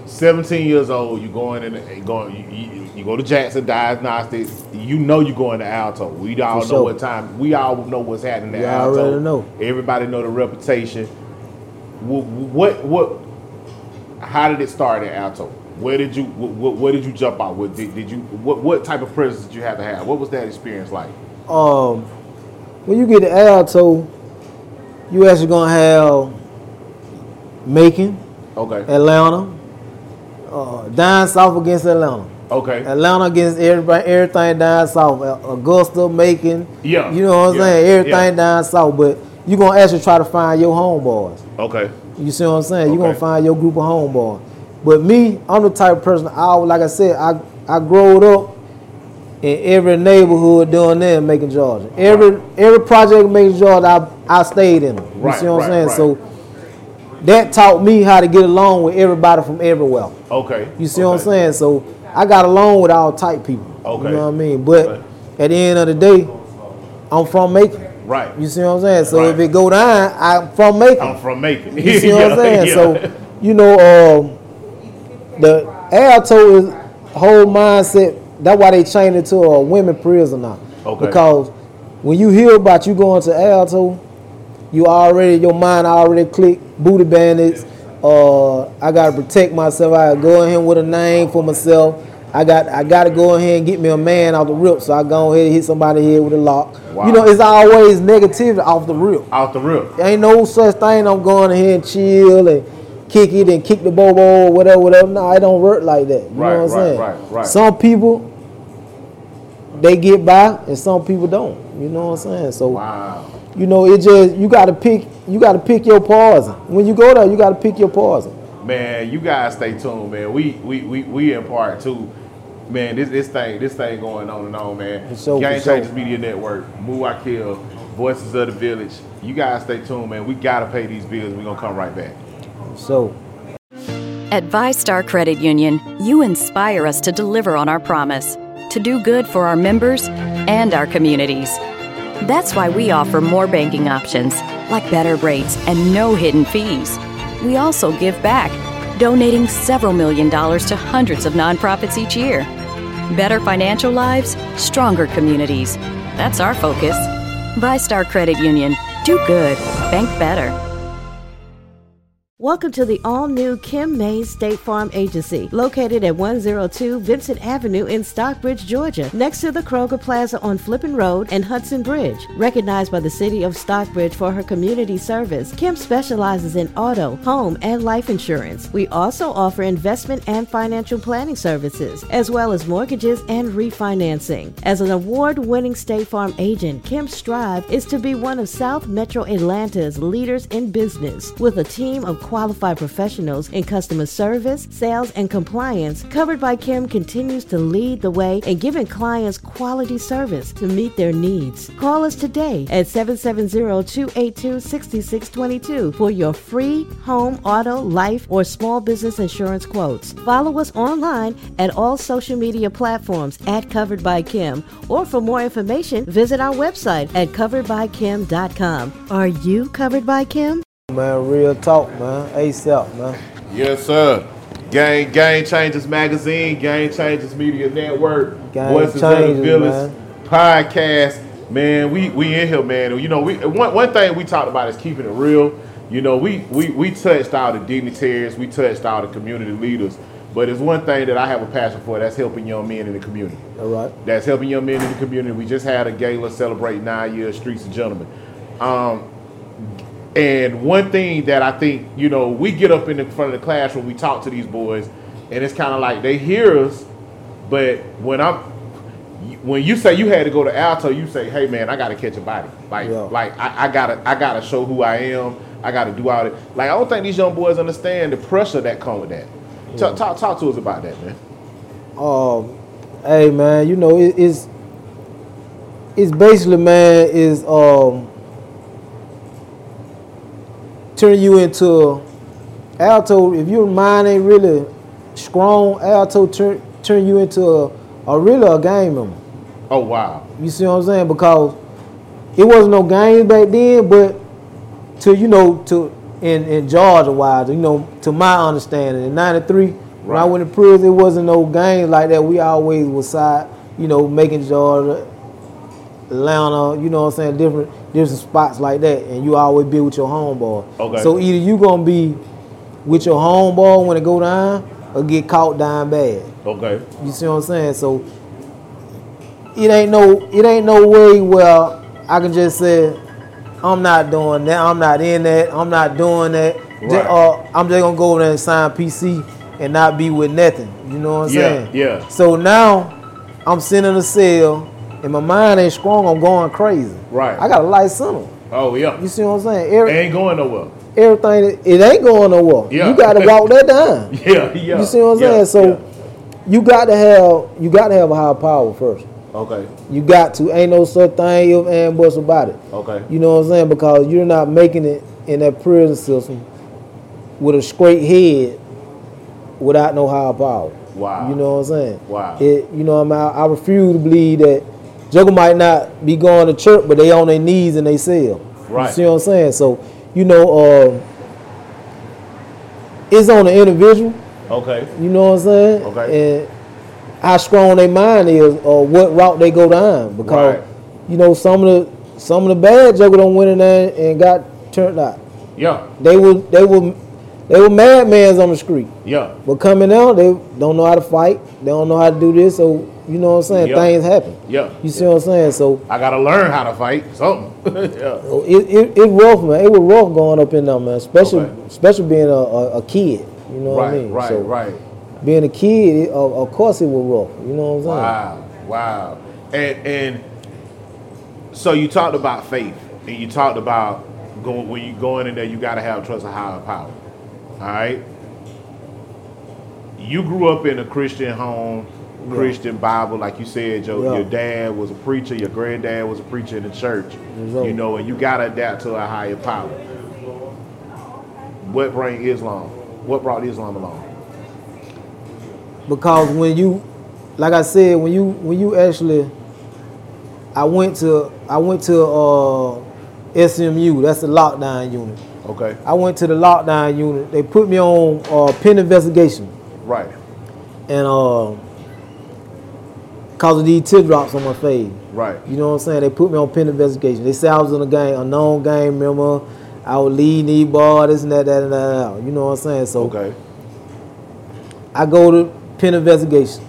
seventeen years old, you going in, you going, you, you, you go to Jackson Diagnostics. You know you're going to Alto. We all know
sure.
what time. We all know what's happening
We
at Alto.
already know.
Everybody know the reputation. What, what what? How did it start at Alto? Where did you what, what, where did you jump out? What did, did you what, what type of presence did you have to have? What was that experience like?
Um, when you get to Alto, you actually gonna have Macon,
Okay.
Atlanta, uh, down south against Atlanta.
Okay.
Atlanta against everybody, everything down south. Augusta, Macon.
Yeah.
You know what I'm
Yeah.
saying? Everything
Yeah.
down south. But you're gonna actually try to find your homeboys.
Okay.
You see what I'm saying? You're gonna
Okay.
find your group of homeboys. But me, I'm the type of person I like I said, I I growed up in every neighborhood doing that and making Georgia. Every every project making Georgia I, I stayed in them. You
Right,
see what I'm saying?
right, right.
So that taught me how to get along with everybody from everywhere.
Okay.
You see
okay.
what I'm saying? So I got along with all type people.
Okay.
You know what I mean? But
Okay.
at the end of the day, I'm from Macon.
Right.
You see what I'm saying? So if
Right.
it go down, I'm from Macon.
I'm from Macon.
You see what
Yeah,
I'm saying?
yeah.
So, you know, um, the Alto is whole mindset. That's why they changed it to a women prison now.
Okay.
Because when you hear about you going to Alto, you already your mind already click booty bandits. Uh, I gotta protect myself. I gotta go in here with a name for myself. I got I gotta go in here and get me a man off the rip. So I go ahead and hit somebody here with a lock.
Wow.
You know, it's always negativity off the rip.
Out the roof.
Ain't no such thing. I'm going in here and chill and kick it and kick the bobo or whatever, whatever. No, it don't work like that. You
Right,
know what I'm
right,
saying?
right, right.
Some people they get by and some people don't. You know what I'm saying? So
Wow.
you know it just you gotta pick you gotta pick your poison. When you go there, you gotta pick your poison.
Man, you guys stay tuned, man. We we we, we in part two. Man, this this thing this thing going on and on, man.
For sure,
Game
for sure.
Changers Media Network, Moo I Kill, Voices of the Village. You guys stay tuned, man. We gotta pay these bills. We're gonna come right back.
So
At ViStar Credit Union, you inspire us to deliver on our promise to do good for our members and our communities. That's why we offer more banking options, like better rates and no hidden fees. We also give back, donating several million dollars to hundreds of nonprofits each year. Better financial lives, stronger communities. That's our focus. ViStar Credit Union. Do good. Bank better.
Welcome to the all new Kim Mays State Farm Agency, located at 102 Vincent Avenue in Stockbridge, Georgia, next to the Kroger Plaza on Flippin Road and Hudson Bridge. Recognized by the City of Stockbridge for her community service, Kim specializes in auto, home, and life insurance. We also offer investment and financial planning services, as well as mortgages and refinancing. As an award winning State Farm agent, Kim Strive is to be one of South Metro Atlanta's leaders in business. With a team of qualified professionals in customer service, sales, and compliance, Covered by Kim continues to lead the way in giving clients quality service to meet their needs. Call us today at 770-282-6622 for your free home, auto, life, or small business insurance quotes. Follow us online at all social media platforms at Covered by Kim. Or for more information, visit our website at coveredbykim.com. Are you covered by Kim?
man, real talk, man. ASAP, man.
Yes, sir. Game Game Changers Magazine, Game Changers Media Network,
Game
Voices of
Changers,
the Village
man.
podcast. Man, we we in here, man. And, You know, we one, one thing we talked about is keeping it real. You know, we we we touched all the dignitaries, we touched all the community leaders, but it's one thing that I have a passion for. That's helping young men in the community
All right.
that's helping young men in the community. We just had a gala celebrate nine years Streets of Gentlemen. Um, and one thing that I think, you know, we get up in the front of the classroom, we talk to these boys, and it's kind of like they hear us, but when I'm when you say you had to go to Alto, you say, "Hey man, I got to catch a body. Like,
Yeah.
like I, I gotta, I gotta show who I am. I gotta do all that. Like, I don't think these young boys understand the pressure that come with that. Talk, talk, talk to us about that, man.
um, hey man, you know it, it's it's basically man is um turn you into alto. If your mind ain't really strong, alto turn turn you into a, a really a game member.
Oh wow,
You see what I'm saying? Because it wasn't no game back then, but to you know to in in Georgia wise, you know to my understanding, in '93 when I
Right.
went to prison, it wasn't no game like that. We always was side, you know, making Georgia, Atlanta, you know what I'm saying, different different spots like that, and you always be with your homeboy.
Okay.
So either you gonna be with your homeboy when it go down, or get caught down bad.
okay,
You see what I'm saying? So it ain't no it ain't no way where I can just say I'm not doing that. I'm not in that. I'm not doing that. Ju-
Right.
or I'm just gonna go over there and sign PC and not be with nothing. You know what I'm
Yeah,
saying?
yeah.
So now I'm sitting in a cell and my mind ain't strong. I'm going crazy.
Right.
I got to light something.
Oh yeah,
You see what I'm saying? Every,
ain't going nowhere.
everything it ain't going nowhere.
Yeah.
You got to walk that down.
Yeah, yeah.
You see what I'm
yeah,
saying? So you got to have you got to have a high power first.
yeah. okay,
You got to ain't no such thing if and buts about it.
okay,
You know what I'm saying? Because you're not making it in that prison system with a straight head without no high power.
Wow.
You know what I'm saying?
Wow.
It, you know, I'm, I, I refuse to believe that Juggle might not be going to church, but they on their knees and they sell.
Right.
You see what I'm saying? So, you know, uh, it's on the individual.
okay.
You know what I'm saying?
Okay.
And how strong their mind is, or what route they go down. Because
Right.
you know some of the some of the bad jugglers don't went in there and got turned out.
Yeah,
They were they were they were madmans on the street.
yeah,
But coming out, they don't know how to fight. They don't know how to do this. So you know what I'm saying?
Yeah.
Things happen.
yeah.
You see what I'm saying? So
I gotta learn how to fight something. yeah,
it, it it rough man. It was rough going up in there, man. Especially
Okay.
especially being a, a, a kid. You know what I
right,
mean?
right,
So
right.
Being a kid, it, of, of course it was rough. You know what I'm saying?
Wow, wow. And and so you talked about faith, and you talked about going when you going in there, you gotta have trust a higher power. All right. You grew up in a Christian home, Christian Bible, like you said, your,
Yeah.
your dad was a preacher, your granddad was a preacher in the church.
sir.
You know, and you gotta adapt to a higher power. What brought Islam? What brought Islam along?
because when you like I said when you when you actually I went to I went to uh, SMU that's the lockdown unit
Okay.
I went to the lockdown unit they put me on uh, pen investigation
Right.
and uh, cause of these teardrops on my face
Right.
you know what I'm saying they put me on pen investigation they said I was in a gang a known gang member I would lead knee ball this and that that and that you know what I'm saying so
Okay.
I go to pen investigation.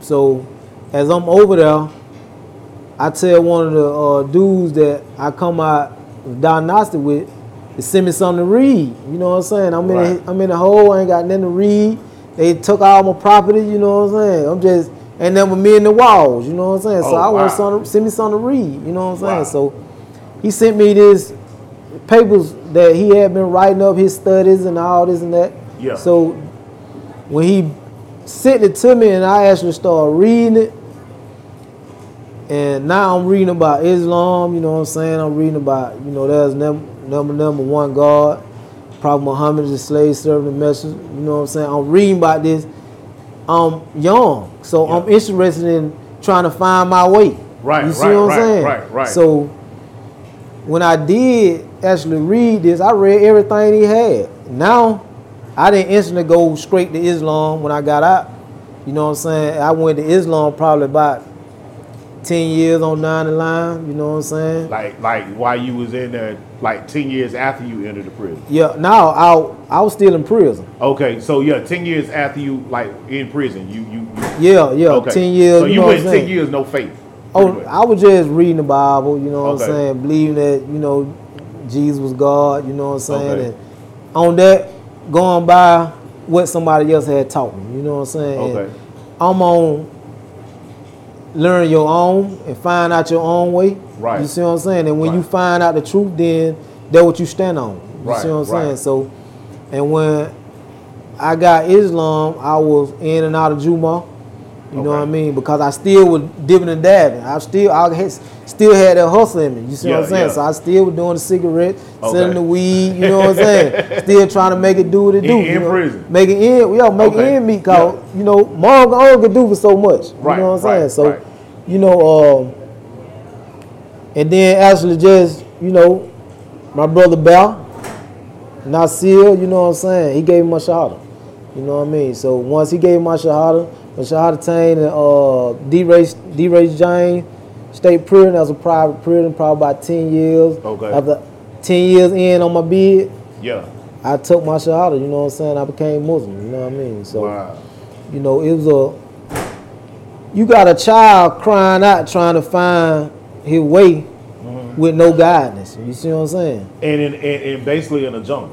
So as I'm over there, I tell one of the uh, dudes that I come out diagnostic with to send me something to read. You know what I'm saying? I'm
Right.
in a, I'm in a hole. I ain't got nothing to read. They took all my property. You know what I'm saying? I'm just and then with me in the walls. You know what I'm saying? so
Oh,
I
wow.
want something. Send me something to read. You know what I'm saying?
Wow.
So he sent me this papers that he had been writing up his studies and all this and that.
Yeah.
So when he sent it to me and I actually started reading it, and now I'm reading about Islam, you know what I'm saying? I'm reading about, you know, there's number number, number one God, Prophet Muhammad is a slave serving the message, you know what I'm saying? I'm reading about this. I'm young, so I'm
Yeah.
interested in trying to find my way.
Right,
you see
right,
what I'm
right,
saying?
right, right.
So when I did actually read this, I read everything he had. Now, I didn't instantly go straight to Islam when I got out. You know what I'm saying? I went to Islam probably about 10 years on 9 and line. You know what I'm saying?
Like like while you was in there, like ten years after you entered the prison.
yeah, now I, I was still in prison.
Okay, so yeah, ten years after you like in prison, you you. you
Yeah, yeah,
okay.
10 years.
So you,
know what
went
I'm
ten
saying?
years no faith.
Oh,
pretty much.
I was just reading the Bible, you know what
Okay.
I'm saying, believing that, you know, Jesus was God, you know what I'm saying?
Okay.
And on that, going by what somebody else had taught me, you know what I'm saying? And
Okay.
I'm on learn your own and find out your own way.
Right.
You see what I'm saying? And when you
Right.
find out the truth, then that's what you stand on. You
Right,
see what I'm
right.
saying? So, and when I got Islam, I was in and out of Juma. You know
Okay.
what I mean? Because I still was dipping and dabbing. I still I had, still had that hustle in me. You see what
Yeah,
I'm saying?
yeah.
So I still was doing the cigarette,
Okay.
selling the weed. You know what I'm saying? still trying to make it do what it
In-
do.
in
you know?
prison.
Make it in. Yo, make it
Okay.
in me. Cause you know, mom only could do for so much. You
Right,
know what I'm
right,
saying? So,
right.
you know, um, and then actually just you know, my brother Bal, Nasir, you know what I'm saying? He gave me my shahada. You know what I mean? So once he gave me my shahada, when shahada Tain and uh, D-Race, D-Race Jane, state prison, that was a private prison, probably about 10 years.
Okay.
After 10 years in on my bid,
yeah.
I took my shahada, you know what I'm saying? I became Muslim, you know what I mean? So,
Wow.
you know, it was a, you got a child crying out trying to find his way
Mm-hmm.
with no guidance. You see what I'm saying?
And in and, and basically in a jungle.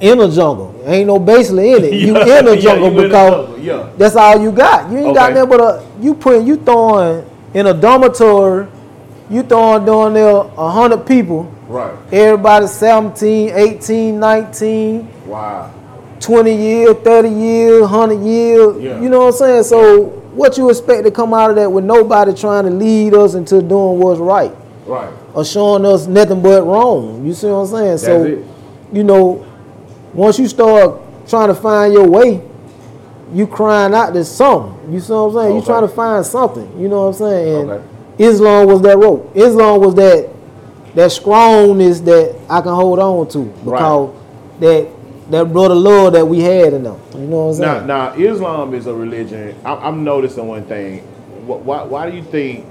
in a jungle. Ain't no basically in it. You
Yeah,
in
yeah,
a
you
jungle
in a
because
jungle, yeah.
that's all you got. You ain't got
Okay.
nothing but a you putting you throwing in a dormitory You throwing down there a hundred people.
Right.
Everybody 17, 18, 19,
Wow.
20 years, 30 years, 100 years.
Yeah.
You know what I'm saying? So what you expect to come out of that with nobody trying to lead us into doing what's right
Right.
or showing us nothing but wrong. You see what I'm saying? so
it.
you know, once you start trying to find your way, you crying out to something. You see what I'm saying? You
Okay.
trying to find something. You know what I'm saying? And
Okay.
Islam was that rope. Islam was that that strongness that I can hold on to because that that brother love that we had in them. You know what I'm saying?
Now, now Islam is a religion. I, I'm noticing one thing. Why, why, why do you think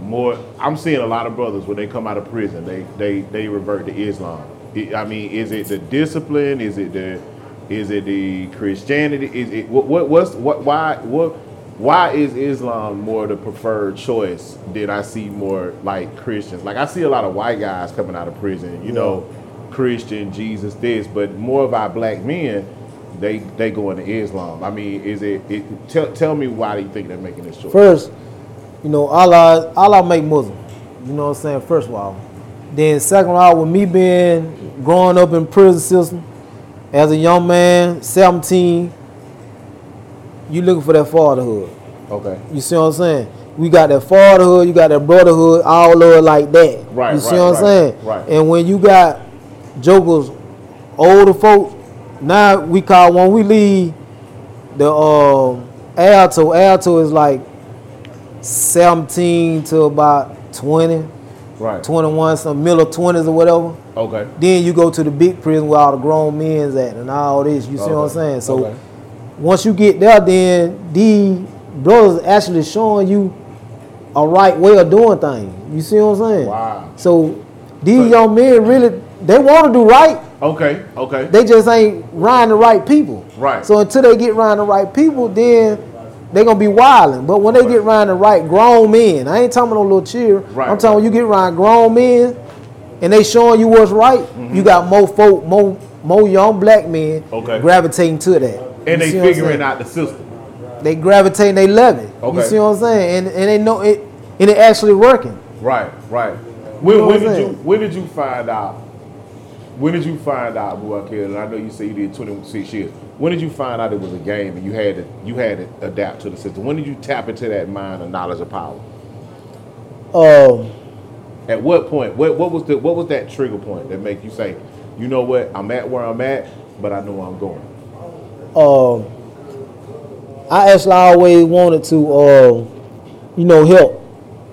more? I'm seeing a lot of brothers when they come out of prison, they they they revert to Islam. I- I mean, is it the discipline? Is it the is it the Christianity? Is it what, what what's what why what why is Islam more the preferred choice than I see more like Christians? Like I see a lot of white guys coming out of prison, you know, Christian, Jesus, this, but more of our black men they they going to Islam. I mean, is it, it tell tell me why do you think they're making this choice?
First, you know, Allah Allah make Muslim. You know what I'm saying? First of all. Then second of all, with me being growing up in prison system, as a young man, 17, you looking for that fatherhood.
Okay.
You see what I'm saying? We got that fatherhood, you got that brotherhood, all of it like that.
Right,
You see
right,
what I'm
right,
saying?
right.
And when you got jokers, older folks, now we call when we leave the um alto, alto is like 17 to about 20,
Right.
21, some middle 20s or whatever.
Okay.
Then you go to the big prison where all the grown men's at and all this. You see what I'm
Okay.
saying? So
Okay.
once you get there, then these brothers actually showing you a right way of doing things. You see what I'm saying?
Wow.
So these
So-
young men really they want to do right.
Okay. Okay.
They just ain't riding the right people.
Right.
So until they get around the right people, then they gonna be wilding. But when they get around the right grown men, I ain't talking about no little cheer.
Right,
I'm talking when you get around grown men and they showing you what's right,
Mm-hmm.
you got more folk, more more young black men
Okay.
gravitating to that. You
and they
see what I'm saying?
figuring out the system.
They gravitating, they love it. You
Okay.
see what I'm saying? And and they know it and it actually working.
Right. Right. When,
know
when
what I'm
did you
saying?
when did you find out? When did you find out, Buakil? And I know you say you did 26 years. When did you find out it was a game and you had to you had to adapt to the system? When did you tap into that mind of knowledge of power?
Um
At what point? What what was the what was that trigger point that make you say, you know what? I'm at where I'm at, but I know where I'm going.
um, I actually always wanted to, um, you know, help.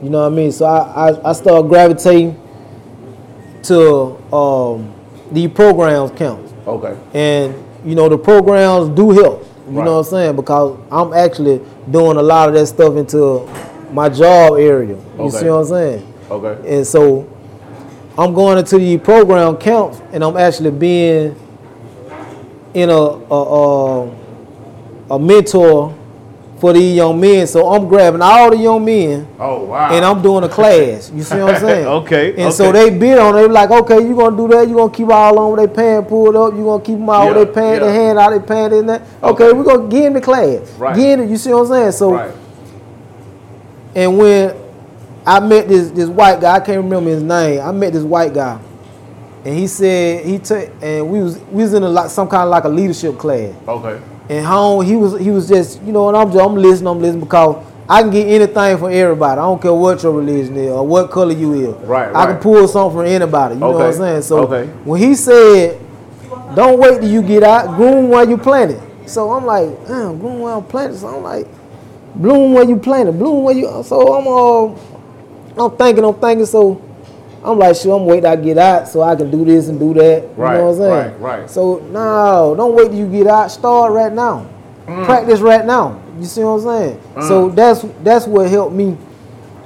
You know what I mean? So I, I, I started gravitating to um, the programs camps.
Okay.
And, you know, the programs do help. You
Right.
know what I'm saying? Because I'm actually doing a lot of that stuff into my job area. You
Okay.
see what I'm saying?
Okay.
And so I'm going into the program camps and I'm actually being in a a, a, a mentor for these young men. So I'm grabbing all the young men
Oh wow.
and I'm doing a class. You see what I'm saying?
Okay,
And so
okay.
they bid on it. They like, okay, you gonna do that? You gonna keep all on with their pants pulled up? You gonna keep them out
Yeah,
with their pants,
yeah.
their hand out, their pants, and that? Okay,
Okay.
we're gonna get in the class.
Right.
Get in it. You see what I'm saying? So
right.
and when I met this this white guy, I can't remember his name. I met this white guy, and he said he took and we was we was in a lot some kind of like a leadership class.
Okay.
And how he was he was just you know and I'm just, I'm listening I'm listening because I can get anything from everybody. I don't care what your religion is or what color you is.
Right,
I can
right.
pull something from anybody. You know what I'm
Okay,
saying? So
okay.
when he said, "Don't wait till you get out, groom while you plant it." So I'm like, "Damn, groom while I'm planting." So I'm like, bloom where you planted, bloom where you. So I'm all, I'm thinking, I'm thinking. So I'm like, sure, I'm waiting. till I get out so I can do this and do that.
Right,
you know what I'm saying?
right, right.
So no, don't wait till you get out. Start right now.
Mm.
Practice right now. You see what I'm saying? So that's that's what helped me.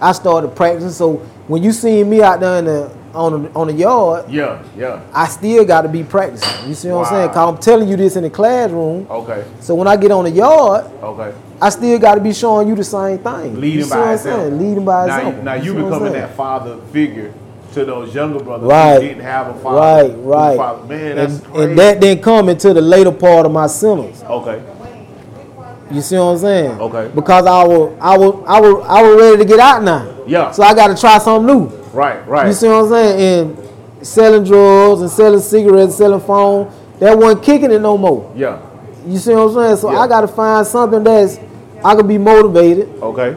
I started practicing. So when you seen me out there in the, on the, on the yard,
Yeah. Yeah.
I still got to be practicing. You see what I'm saying?
Wow.
Cause I'm telling you this in the classroom.
Okay.
So when I get on the yard,
Okay.
I still got to be showing you the same thing. you
Leading
see what
by
I'm
example.
saying? Leading by
now,
example.
Now you
see what I'm
becoming
saying?
that father figure to those younger brothers
Right.
who didn't have a father.
Right,
who
right.
Father. Man, that's
and,
crazy.
and that didn't come until the later part of my sentence.
okay.
You see what I'm saying?
Okay.
Because I was, I was, I was, I was ready to get out now.
Yeah.
So I got to try something new.
Right, right.
You see what I'm saying? And selling drugs and selling cigarettes, selling phone, that wasn't kicking it no more.
yeah.
You see what I'm saying? So
Yeah.
I got to find something that's I can be motivated
Okay.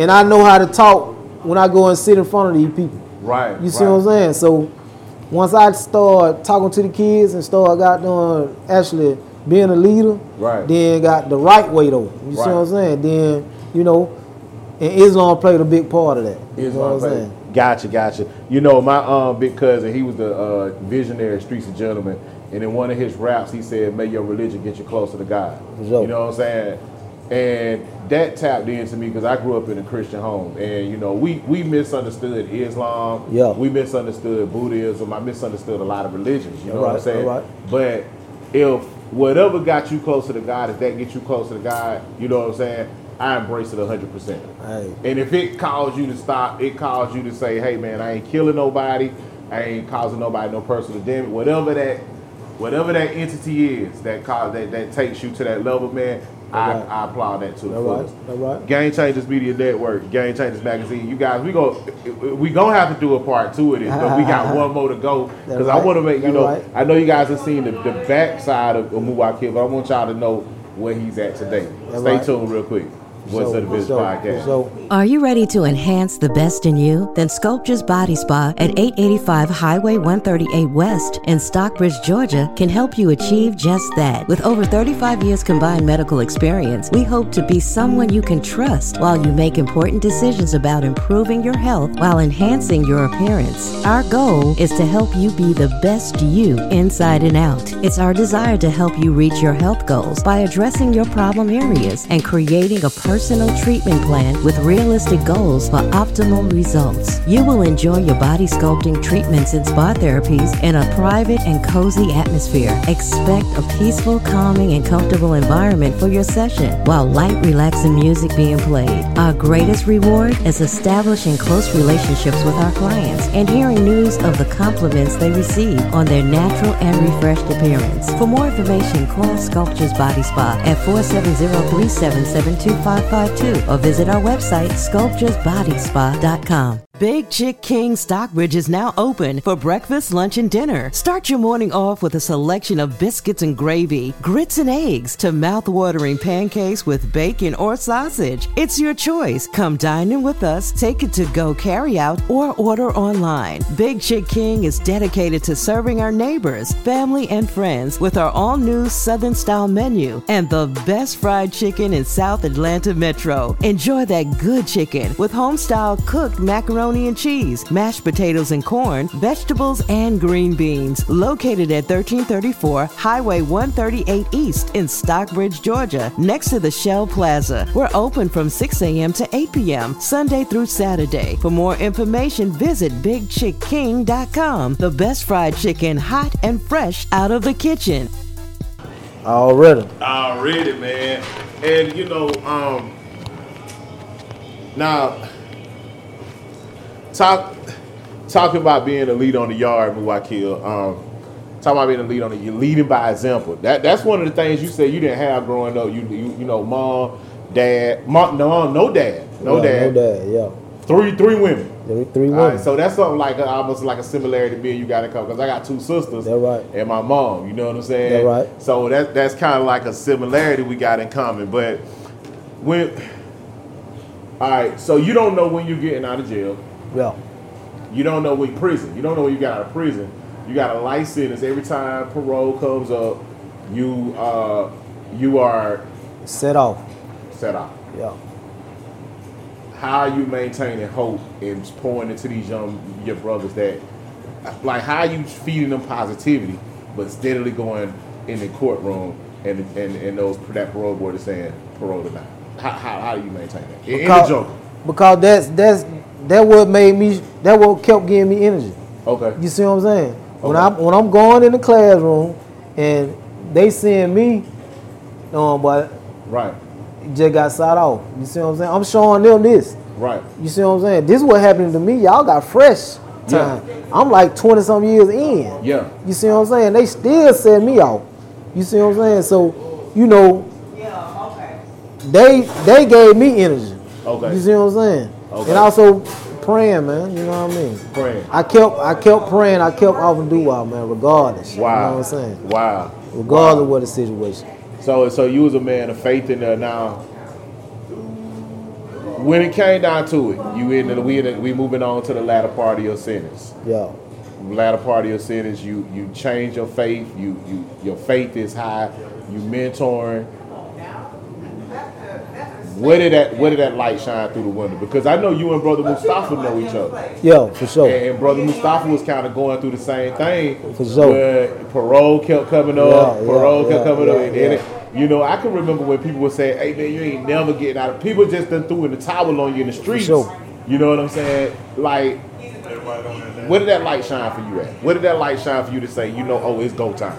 and I know how to talk when I go and sit in front of these people.
Right.
You see
right.
what I'm saying? So once I start talking to the kids and start got doing actually being a leader,
Right.
then got the right way though. You see what
Right.
I'm saying? Then, you know, and Islam played a big part of that. you
Here's
know what
my
I'm
thing.
saying?
Gotcha, gotcha. You know, my um, big cousin, he was the uh, visionary Streets of Gentlemen, and in one of his raps, he said, "May your religion get you closer to God."
Yo.
You know what I'm saying? And that tapped into me because I grew up in a Christian home, and you know, we we misunderstood Islam.
Yeah.
We misunderstood Buddhism. I misunderstood a lot of religions. You know what I'm
Right,
saying?
right.
But if whatever got you closer to God, if that gets you closer to God, you know what I'm saying? I embrace it 100%.
Hey.
And if it calls you to stop, it calls you to say, hey man, I ain't killing nobody, I ain't causing nobody no personal damage, whatever that whatever that entity is that cause that, that takes you to that level, man, I,
Alright.
I applaud that to the
Alright,
fullest.
alright.
Game Changers Media Network, Game Changers Magazine. You guys, we gonna we gonna have to do a part two of this, but we got one more to go because I
Alright,
want to make you know.
alright.
I know you guys have seen the, the back side of Muwa Kid, but I want y'all to know where he's at today. Stay
Alright.
tuned real quick. Voice
So-
of the Biz
so-
podcast.
so-
Are you ready to enhance the best in you? Then Sculptures Body Spa at 885 Highway 138 West in Stockbridge, Georgia can help you achieve just that. With over 35 years combined medical experience, we hope to be someone you can trust while you make important decisions about improving your health while enhancing your appearance. Our goal is to help you be the best you inside and out. It's our desire to help you reach your health goals by addressing your problem areas and creating a personal treatment plan with realistic goals for optimal results. You will enjoy your body sculpting treatments and spa therapies in a private and cozy atmosphere. Expect a peaceful, calming, and comfortable environment for your session while light, relaxing music being played. Our greatest reward is establishing close relationships with our clients and hearing news of the compliments they receive on their natural and refreshed appearance. For more information, call Sculptures Body Spa at 470-377-2552 or visit our website sculpturesbodyspa.com.
Big Chick King Stockbridge is now open for breakfast, lunch, and dinner. Start your morning off with a selection of biscuits and gravy, grits and eggs, to mouth-watering pancakes with bacon or sausage. It's your choice. Come dine in with us, take it to go carry out, or order online. Big Chick King is dedicated to serving our neighbors, family, and friends with our all-new Southern-style menu and the best fried chicken in South Atlanta Metro. Enjoy that good chicken with home-style cooked macaroni and cheese, mashed potatoes and corn, vegetables and green beans. Located at 1334 Highway 138 East in Stockbridge, Georgia, next to the Shell Plaza. We're open from 6 a.m. to 8 p.m. Sunday through Saturday. For more information, visit BigChickKing.com. The best fried chicken, hot and fresh out of the kitchen.
already.
Already, man. And you know, um now talk talking about being a lead on the yard, Muwakil. Um talking about being a lead on the you leading by example. That that's one of the things you said you didn't have growing up. You you, you know, mom, dad, mom, no, no dad. No
Yeah,
dad.
No dad, yeah.
Three three women.
There were three
All right,
women.
so that's something like uh, almost like a similarity to me and you got to come because I got two sisters.
That right.
And my mom, you know what I'm saying?
That right.
So that that's kind of like a similarity we got in common. But when, all right, so you don't know when you're getting out of jail.
yeah.
You don't know when prison. You don't know when you got out of prison. You got a life sentence. Every time parole comes up, you uh you are
Set off.
set off.
Yeah.
how are you maintaining hope and pouring into these young your brothers that like how are you feeding them positivity but steadily going in the courtroom and and, and those that parole board is saying parole tonight how, how, how do you maintain that in, in the
Because-
joke
Because that's that's that what made me that what kept giving me energy.
okay
You see what I'm saying? When
Okay.
I when I'm going in the classroom and they seeing me, um, but
right
it just got side off. You see what I'm saying? I'm showing them this.
right
You see what I'm saying? This is what happened to me. Y'all got fresh time. I'm like 20 some years in.
Yeah.
You see what I'm saying? They still set me off. You see what I'm saying? So, you know, they they gave me energy.
Okay.
You see what I'm saying?
Okay.
And also praying, man. You know what I mean?
Praying.
I kept I kept praying. I kept off and do wow, man. Regardless. You know
Wow.
what I'm saying?
Wow.
Regardless of what the situation.
So so you was a man of faith in there now. When it came down to it, you in the, we in the, we moving on to the latter part of your sentence.
Yeah.
Latter part of your sentence, you you change your faith. You you your faith is high. You mentoring. Where did that Where did that light shine through the window? Because I know you and brother Mustafa know each other.
Yeah, for sure.
And, and brother Mustafa was kind of going through the same thing.
Oh. For sure.
Where parole kept coming up,
Yeah, yeah,
parole
yeah,
kept coming up.
yeah,
And then,
yeah.
it- you know, I can remember when people would say, hey, man, you ain't never getting out of People just done threw in the towel on you in the streets.
sure.
You know what I'm saying? Like, where did that light shine for you at? Where did that light shine for you to say, you know, oh, it's go time?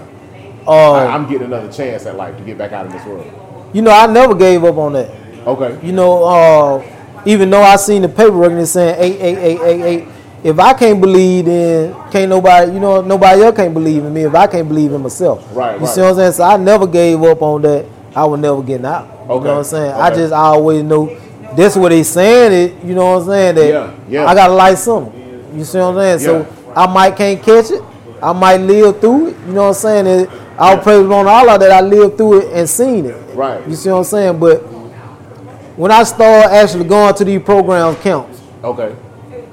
I,
Uh,
I'm getting another chance at life to get back out of this world.
you know, I never gave up on that.
Okay.
You know, uh, even though I seen the paperwork and it's saying eight, eight, eight, eight, eight. If I can't believe, then can't nobody. You know, nobody else can't believe in me if I can't believe in myself.
Right,
You
right.
see what I'm saying? So I never gave up on that. I was never getting out. You
Okay,
know what I'm saying? I
okay.
just I always know that's what they saying it. You know what I'm saying? That
Yeah, yeah.
I gotta like something. You see what I'm saying? So
Yeah.
I might can't catch it. I might live through it. You know what I'm saying? And I'll
Yeah.
praise on Allah that I lived through it and seen it.
Right.
You see what I'm saying? But when I start actually going to these program camps,
Okay.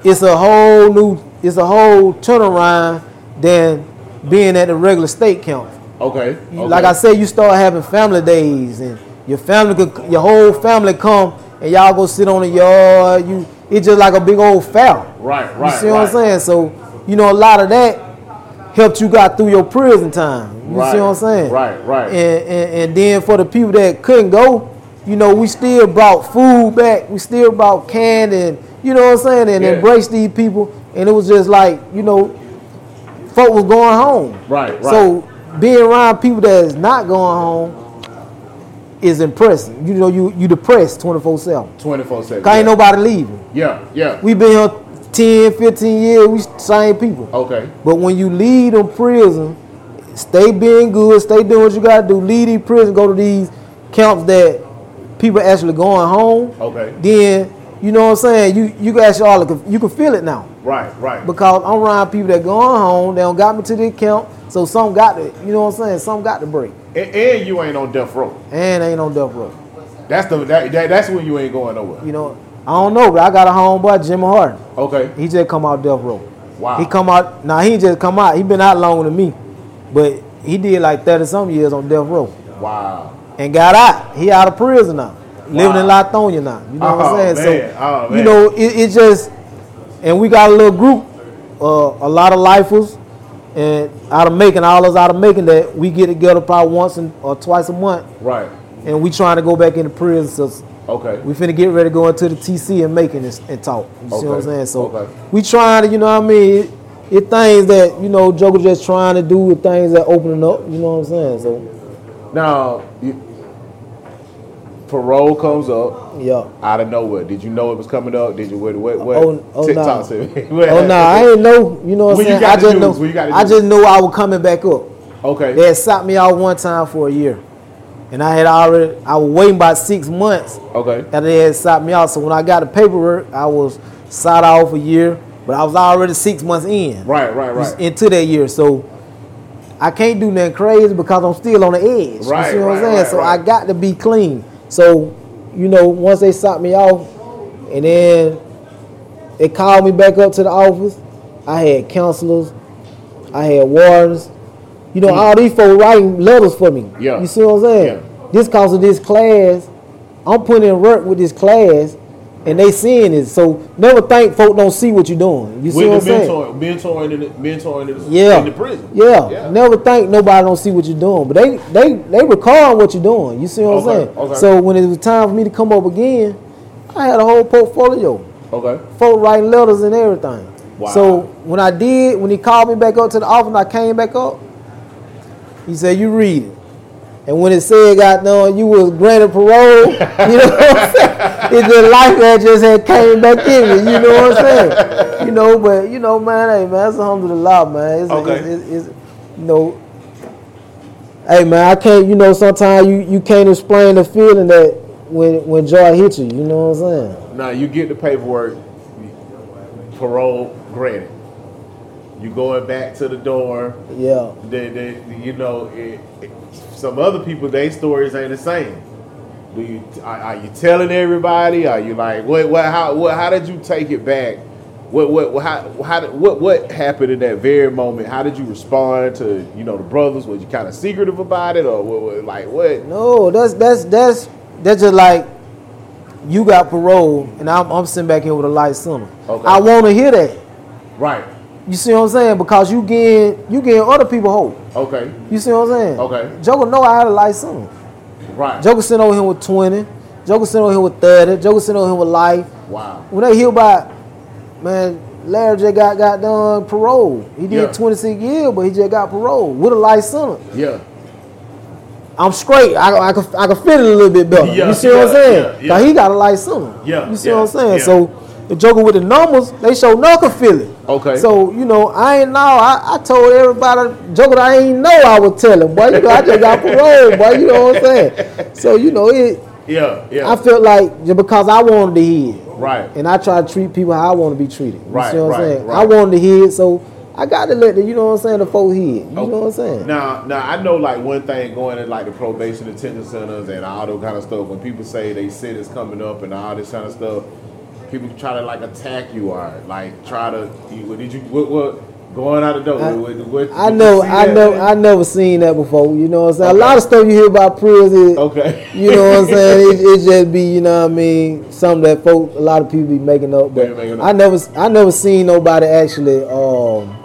it's a whole new, it's a whole turnaround than being at the regular state camp.
Okay.
You- Like I said, you start having family days, and your family, could, your whole family come, and y'all go sit on the yard. You, it's just like a big old foul.
Right,
You
right,
see what I'm
right.
saying? So, you know, a lot of that helped you got through your prison time. You see
Right,
what I'm saying?
right, right.
And, and and then for the people that couldn't go, you know, we still brought food back. We still brought candy. And, you know what I'm saying? And
Yeah.
embraced these people. And it was just like, you know, folk was going home.
Right, right.
So being around people that is not going home is impressive. You know, you you depressed 24 7.
24 7.
Cause ain't nobody leaving.
Yeah, yeah.
We been here 10, 15 years, we same people.
okay.
But when you leave them prison, stay being good, stay doing what you gotta do, leave these prison, go to these camps that people actually going home.
Okay.
Then you know what I'm saying? You you can actually all you can feel it now.
Right, right.
Because I'm around people that going home, they don't got me to the camp, so some got to, you know what I'm saying? Some got to break.
And, and you ain't on death row.
And ain't on death row.
That's the that, that that's when you ain't going nowhere.
You know, I don't know, but I got a homeboy, Jimmy Harden.
Okay.
He just come out death row.
Wow.
He come out. Now nah, he just come out. He been out longer than me, but he did like thirty some years on death row
Wow.
and got out. He out of prison now, living in Lithonia now. You know what
Oh,
I'm saying?
man. Oh,
you
man.
know, it, it just and we got a little group, uh, a lot of lifers, and out of making all us out of making that we get together probably once and, or twice a month,
Right.
and we trying to go back into prison system.
Okay.
We finna get ready to go into the TC and making this and talk. You see what I'm
Okay.
saying? So
Okay.
we trying to, you know what I mean? It, it things that, you know, Joker just trying to do with things that opening up, you know what I'm saying? So
now you, parole comes up
yeah.
out of nowhere. Did you know it was coming up? Did you what what, what?
Oh, oh, nah.
TikTok said? What?
Oh no, I ain't know, you know what I'm
When you
saying?
got
I
the
just
news,
know
when you got the
I
news.
just know I was coming back up.
Okay.
They had stopped me out one time for a year. And I had already I was waiting about six months
Okay.
and they had stopped me out. So when I got the paperwork, I was sat off a year, but I was already six months in.
Right, right, right.
into that year. So I can't do nothing crazy because I'm still on the edge.
Right,
you see what I'm
right,
saying?
right,
so I
right.
got to be clean. So, you know, once they stopped me off and then they called me back up to the office, I had counselors, I had wardens. You know, all these folks writing letters for me.
Yeah.
You see what I'm saying?
Yeah.
This cause of this class, I'm putting in work with this class and they seeing it. So never think folk don't see what you're doing. You see what I'm
With the
saying?
mentor, mentoring in the, mentoring in the,
Yeah.
in the prison.
Yeah.
Yeah.
Never think nobody don't see what you're doing. But they they they record what you're doing. You see what
Okay,
I'm saying?
okay.
So when it was time for me to come up again, I had a whole portfolio.
Okay.
Folk writing letters and everything.
Wow.
So when I did, when he called me back up to the office and I came back up, he said, You read it. And when it said got done, you was granted parole, you know what I'm saying? It's just life that just had came back in me, you know what I'm saying? You know, but you know, man, hey man, it's alhamdulillah, man. It's,
Okay.
it's, it's, it's you know Hey man, I can't you know, sometimes you, you can't explain the feeling that when when joy hits you, you know what I'm saying?
Now you get the paperwork. parole granted. You going back to the dorm.
Yeah.
They, they, you know, it, it, some other people, their stories ain't the same. Do you are, are you telling everybody? Are you like what? What? How? What? How did you take it back? What? What? what how? How? Did, what? What happened in that very moment? How did you respond to you know the brothers? Were you kind of secretive about it, or what, what, like what?
No, that's that's that's that's just like you got parole and I'm, I'm sitting back here with a light summer.
Okay.
I want to hear that.
Right.
You see what I'm saying? Because you getting you getting other people hope.
Okay.
You see what I'm saying?
Okay.
Joker know I had a light summer.
Right.
Joker sitting over here with 20. Joker sitting over here with 30. Joker sitting over here with life.
Wow.
When they hear about, man, Larry just got, got done parole. He did
Yeah.
26 years, but he just got parole with a light sentence.
Yeah.
I'm straight. I, I, could, I could fit it a little bit better.
Yeah,
you see what
yeah,
I'm saying?
yeah,
Now
yeah.
he got a light sentence.
Yeah,
You see
yeah,
what I'm saying?
yeah.
So the Joker with the numbers, they show no could feel it.
Okay.
So, you know, I ain't know. I, I told everybody, Joker, that I ain't know I was telling. Boy, you know, I just got parole, boy. You know what I'm saying? So, you know, it.
Yeah. Yeah.
I felt like just because I wanted to hear it.
Right.
And I try to treat people how I want to be treated. You
Right,
see what
right,
I'm saying?
right.
I wanted to hear it, so I got to let the, you know what I'm saying, the folks hear it. You know what I'm saying?
Now, now I know like one thing going to like the probation detention centers and all that kind of stuff. When people say they sentence coming up and all this kind of stuff, people try to like attack you or like try to. You, what did you what, what going out the door?
I-
what, what,
I
did you
know,
see
I
that?
know, I never seen that before. You know what I'm saying?
Okay.
A lot of stuff you hear about prison,
Okay.
you know what I'm saying? It, it just be, you know what I mean, something that folk, a lot of people be making up.
They
But
making up.
I never, I never seen nobody actually um,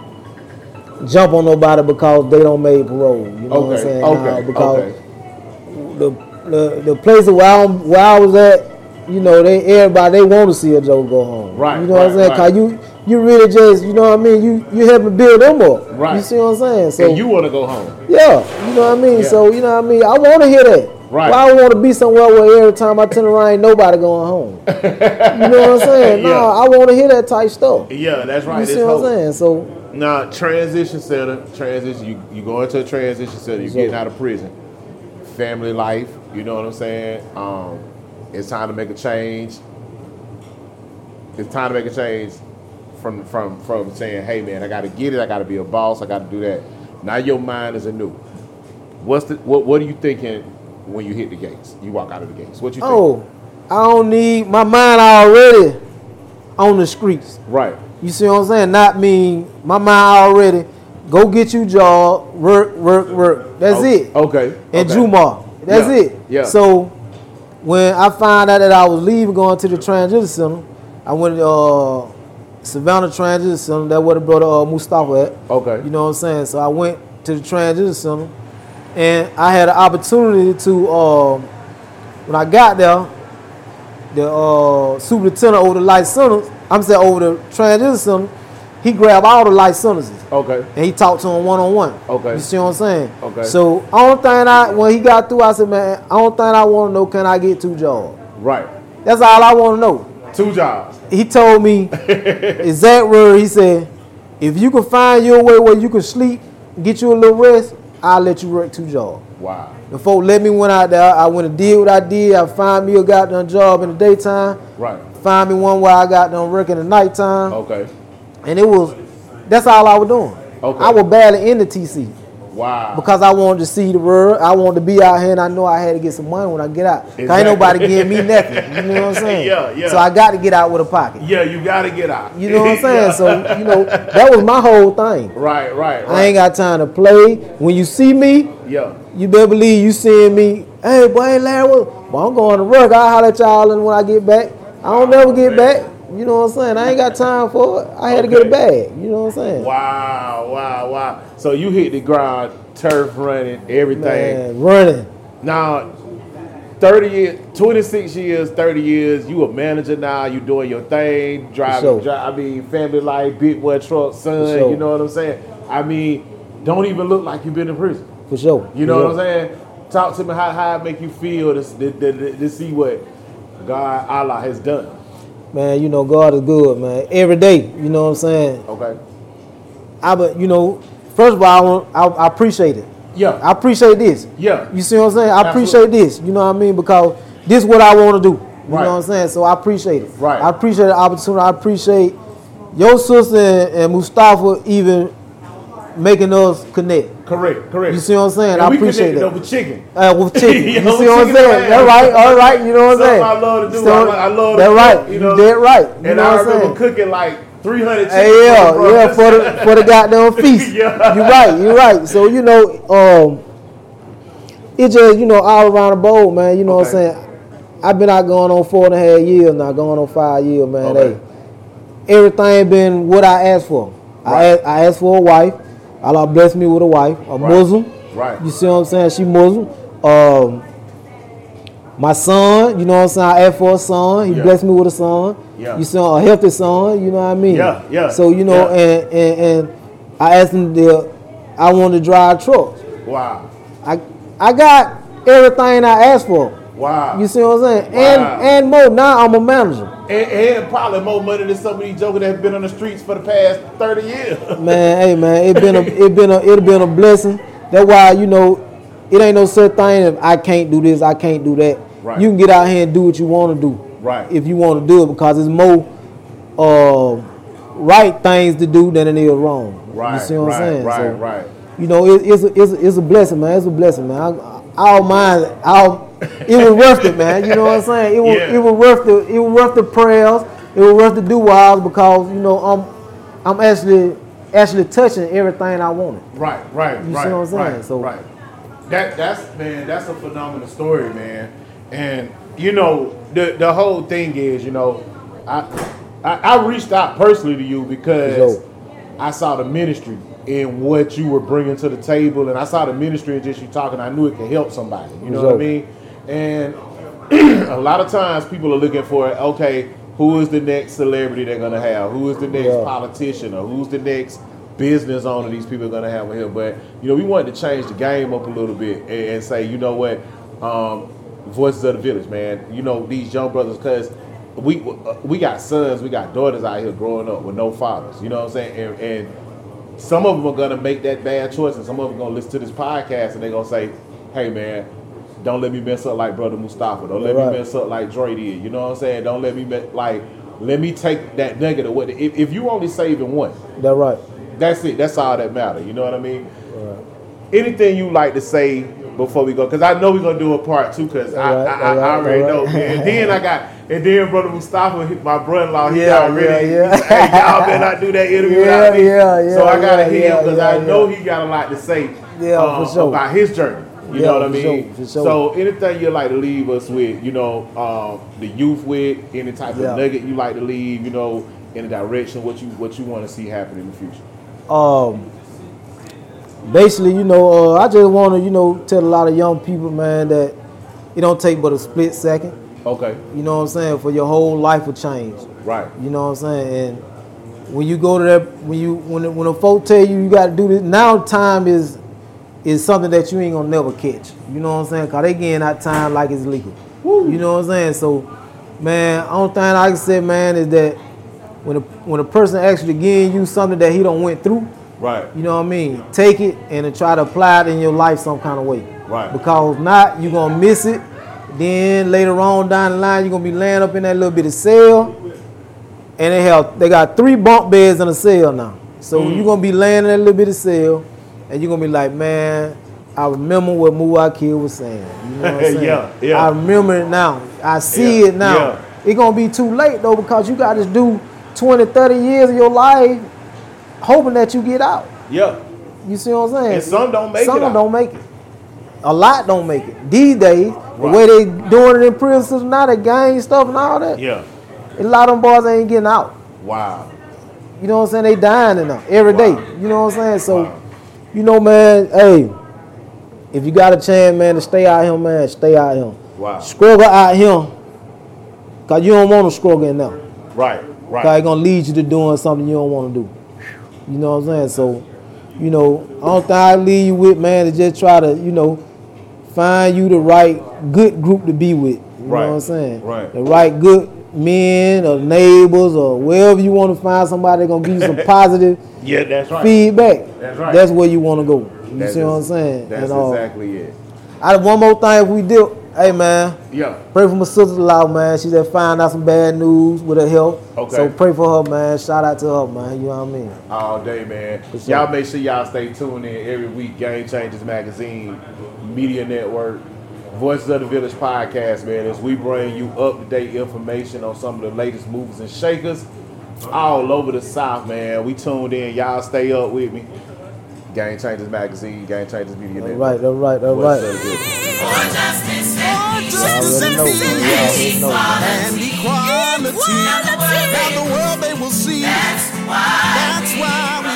jump on nobody because they don't make parole. You know what I'm
Okay.
saying?
Okay.
Uh, because
okay.
the, the the places where I where I was at, you know, they everybody they want to see a Joe go home.
Right,
You know what I'm
right,
saying? Cause
right.
you you really just you know what I mean. You you helping build them up.
Right.
You see what I'm saying? So
and you want to go home?
yeah, you know what I mean.
Yeah.
So you know what I mean. I want to hear that.
Right.
Why I want to be somewhere where every time I turn around, ain't nobody going home. you know what I'm saying? No,
Yeah.
I want to hear that type stuff.
Yeah, that's right.
You see
it's
what I'm
hope.
saying? So
Now, transition center, transition. You, you go into a transition center. You're getting out of prison. Family life. You know what I'm saying? Um, it's time to make a change. It's time to make a change from from from saying, "Hey, man, I got to get it. I got to be a boss. I got to do that." Now your mind is anew. What's the what? What are you thinking when you hit the gates? You walk out of the gates. What you think?
oh, I don't need my mind already on the streets.
right.
You see what I'm saying? Not mean my mind already. Go get you job, work, work, work. That's
O-
it.
Oh, Okay.
And
okay.
Juma. That's
Yeah,
it.
yeah.
So when I found out that I was leaving, going to the transition center, I went to uh, Savannah Transition Center. That where the brother uh, Mustafa at.
Okay.
You know what I'm saying? So I went to the transition center, and I had an opportunity to. um when I got there, the uh, superintendent over the light centers, I'm saying over the transition center, he grabbed all the light sentences
Okay.
and he talked to him one on one.
Okay.
You see what I'm saying?
Okay.
So only thing I when he got through, I said, man, only thing I want to know, can I get two jobs?
Right.
That's all I want to know.
Two jobs.
He told me exact word. He said, if you can find your way where you can sleep, get you a little rest, I'll let you work two jobs.
Wow.
The folk let me went out there. I went and did what I did. I found me a goddamn job in the daytime.
Right.
Find me one where I got done work in the nighttime.
Okay.
And it was, that's all I was doing.
Okay.
I was barely in the TC
Wow.
because I wanted to see the world. I wanted to be out here, and I know I had to get some money when I get out. 'Cause
Exactly.
Ain't nobody giving me nothing. You know what I'm saying?
Yeah, yeah.
So I got to get out with a pocket.
yeah, you gotta get out.
You know what I'm
Yeah.
saying? So you know that was my whole thing.
Right, right, right.
I ain't got time to play. When you see me,
yeah,
you better believe you seeing me. Hey, boy, hey, Larry, what? Well, I'm going to work. I'll holler at y'all and when I get back. I don't never get
man.
back. You know what I'm saying? I ain't got time for it. I had to get a
Okay.
bag. You know what I'm saying?
wow, wow, wow. So you hit the ground, turf running, everything.
Man, running.
Now, thirty years, twenty six years, thirty years. You a manager now. You doing your thing, driving.
sure.
dri- I mean, family life, big boy truck, son.
For sure.
You know what I'm saying? I mean, don't even look like you've been in prison.
For sure.
You know
For
what
sure.
I'm saying? Talk to me how how it make you feel to, s- to, to, to see what God Allah has done.
Man, you know, God is good, man. Every day, you know what I'm saying?
Okay.
I but you know, first of all, I, want, I, I appreciate it.
Yeah.
I appreciate this.
Yeah.
You see what I'm saying? I
Absolutely.
appreciate this. You know what I mean? Because this is what I want to do. You
Right.
know what I'm saying? So I appreciate it.
Right.
I appreciate the opportunity. I appreciate Your sister and, and Mustafa even making us connect.
Correct, correct.
You see what I'm saying?
And
I
we
appreciate
connected
that.
over chicken.
Uh, with chicken.
Yeah,
you
with
see what I'm
chicken
saying?
and
That
eggs.
right, all right. You know what I'm
Something
saying?
I love to do.
So,
I, like- I love.
That
to
right.
cook,
You, did right. You
and
know
I
what I'm
remember
saying?
cooking like 300 chicken.
Hey, yeah,
for the
yeah,
brothers.
for the for the goddamn feast.
Yeah.
You're right, you're right. So you know, um, it just you know all around the bowl, man. You know
Okay.
what I'm saying. I've been out going on four and a half years now, going on five years, man.
Okay.
Hey, everything been what I asked for. I
Right.
asked, I asked for a wife. Allah blessed me with a wife, a Muslim.
Right.
You see what I'm saying? She Muslim. Um, my son, you know what I'm saying? I asked for a son. He
Yeah.
blessed me with a son.
Yeah.
You see, a healthy son. You know what I mean?
Yeah, yeah,
So you know,
yeah.
and, and and I asked him the, I want to drive trucks.
Wow,
I I got everything I asked for.
wow.
You see what I'm saying?
Wow.
And and more. Now I'm a manager.
and, and probably more money than some of these jokers that have been on the streets for the past 30 years.
Man, hey man, it been a it been a it been a blessing. That's why you know, it ain't no such thing. If I can't do this, I can't do that.
Right.
You can get out here and do what you want to do.
Right.
If you want to do it, because it's more uh, right things to do than it is wrong.
Right,
You see what
right,
I'm saying?
right,
So,
right.
You know, it, it's, a, it's a it's a blessing, man. It's a blessing, man. I, I don't mind. I'll, it was worth it, man. You know what I'm saying? It was
Yeah.
it was worth the it was worth the prayers. It was worth the do wiles because you know I'm I'm actually actually touching everything I wanted.
Right, right,
You see
right.
what I'm saying?
Right,
So-
right. That that's man, that's a phenomenal story, man. And you know, the the whole thing is, you know, I I, I reached out personally to you because
Yo.
I saw the ministry and what you were bringing to the table, and I saw the ministry and just you talking. I knew it could help somebody. You know what I
Yo.
mean? And a lot of times people are looking for okay, who is the next celebrity they're gonna have? Who is the next
Yeah.
politician or who's the next business owner these people are gonna have on here? But you know, we wanted to change the game up a little bit and, and say, you know what, um, voices of the village, man. You know these young brothers, cause. We uh, we got sons, we got daughters out here growing up with no fathers. You know what I'm saying? And, and some of them are gonna make that bad choice, and some of them gonna listen to this podcast and they're gonna say, "Hey, man, don't let me mess up like brother Mustafa. Don't let
Right.
me mess up like Dre did. You know what I'm saying? Don't let me me- like let me take that negative. What if, if you only saving one?
That right.
That's it. That's all that matter. You know what I mean? Anything you like to say before we go? Because I know we're gonna do a part two. Because I,
Alright,
I, I, I
alright,
already
alright.
know. Man. And then I got and then brother Mustafa, he- my brother-in-law, he
Yeah,
got ready.
yeah, yeah.
He said, hey, y'all better not do that interview.
Yeah,
without me."
yeah,
So I
yeah,
gotta
yeah,
hear him
yeah,
because
yeah,
I know
yeah.
he got a lot to say.
Yeah,
um,
for sure.
About his journey. You
Yeah,
know what I
for
mean?
sure, for sure.
So anything you like to leave us with, you know, um, the youth with, any type
Yeah.
of nugget you like to leave, you know, in the direction what you what you want to see happen in the future.
um, basically, you know, uh, I just want to, you know, tell a lot of young people, man, that it don't take but a split second.
Okay.
You know what I'm saying? For your whole life will change.
Right.
You know what I'm saying? And when you go to that, when you when when a folk tell you you got to do this, now time is is something that you ain't gonna never catch. You know what I'm saying? Cause they getting out time like it's legal. You know what I'm saying? So, man, only thing I can say, man, is that when a, when a person actually giving you something that he don't went through,
Right.
you know what I mean? Take it and then try to apply it in your life some kind of way.
Right.
Because if not, you're gonna miss it. Then later on down the line, you're gonna be laying up in that little bit of cell. And they have they got three bunk beds in a cell now. So
Mm.
you're gonna be laying in that little bit of cell and you're gonna be like, man, I remember what Muwa Kid was saying. You know what I'm saying?
Yeah, yeah.
I remember it now. I see
Yeah,
it now.
yeah.
It's gonna be too late though because you gotta do 20, 30 years of your life hoping that you get out.
Yeah.
You see what I'm saying?
And some don't make
some
it out.
don't make it. A lot don't make it. These days, the
Right.
way they doing it in prison system now, the gang stuff and all that,
Yeah.
a lot of them boys ain't getting out.
Wow.
You know what I'm saying? They dying in them every day.
Wow.
You know what I'm saying? So,
Wow.
you know, man, hey, if you got a chance, man, to stay out here, man, stay out here.
Wow.
Struggle out here, cause you don't want to struggle in there.
Right. Right.
Cause it's gonna lead you to doing something you don't want to do. You know what I'm saying? So, you know, only thing I leave you with, man, is just try to, you know, find you the right good group to be with. You
Right.
know what I'm saying?
Right.
The right good men or neighbors or wherever you want to find somebody that's gonna give you some positive
yeah, that's right.
feedback.
That's right.
That's where you want to go. You
That's
see what I'm
ex-
saying?
That's
And, uh,
exactly it.
I one more thing if we do. Hey man,
Yeah.
pray for my sister-in-law, man. She just found out some bad news with her health.
Okay.
So pray for her, man. Shout out to her, man. You know what I mean?
all day, man.
What's
y'all
up?
make sure y'all stay tuned in every week. Game Changers Magazine, Media Network, Voices of the Village podcast, man. As we bring you up to date information on some of the latest movies and shakers all over the South, man. We tuned in. Y'all stay up with me. Game Changers Magazine, Game Changers Media
All
Network.
right, all right, all right.
Voices of the Village.
Y'all already know. man. Y'all already know.
and equality. Now the world they will see. That's why, we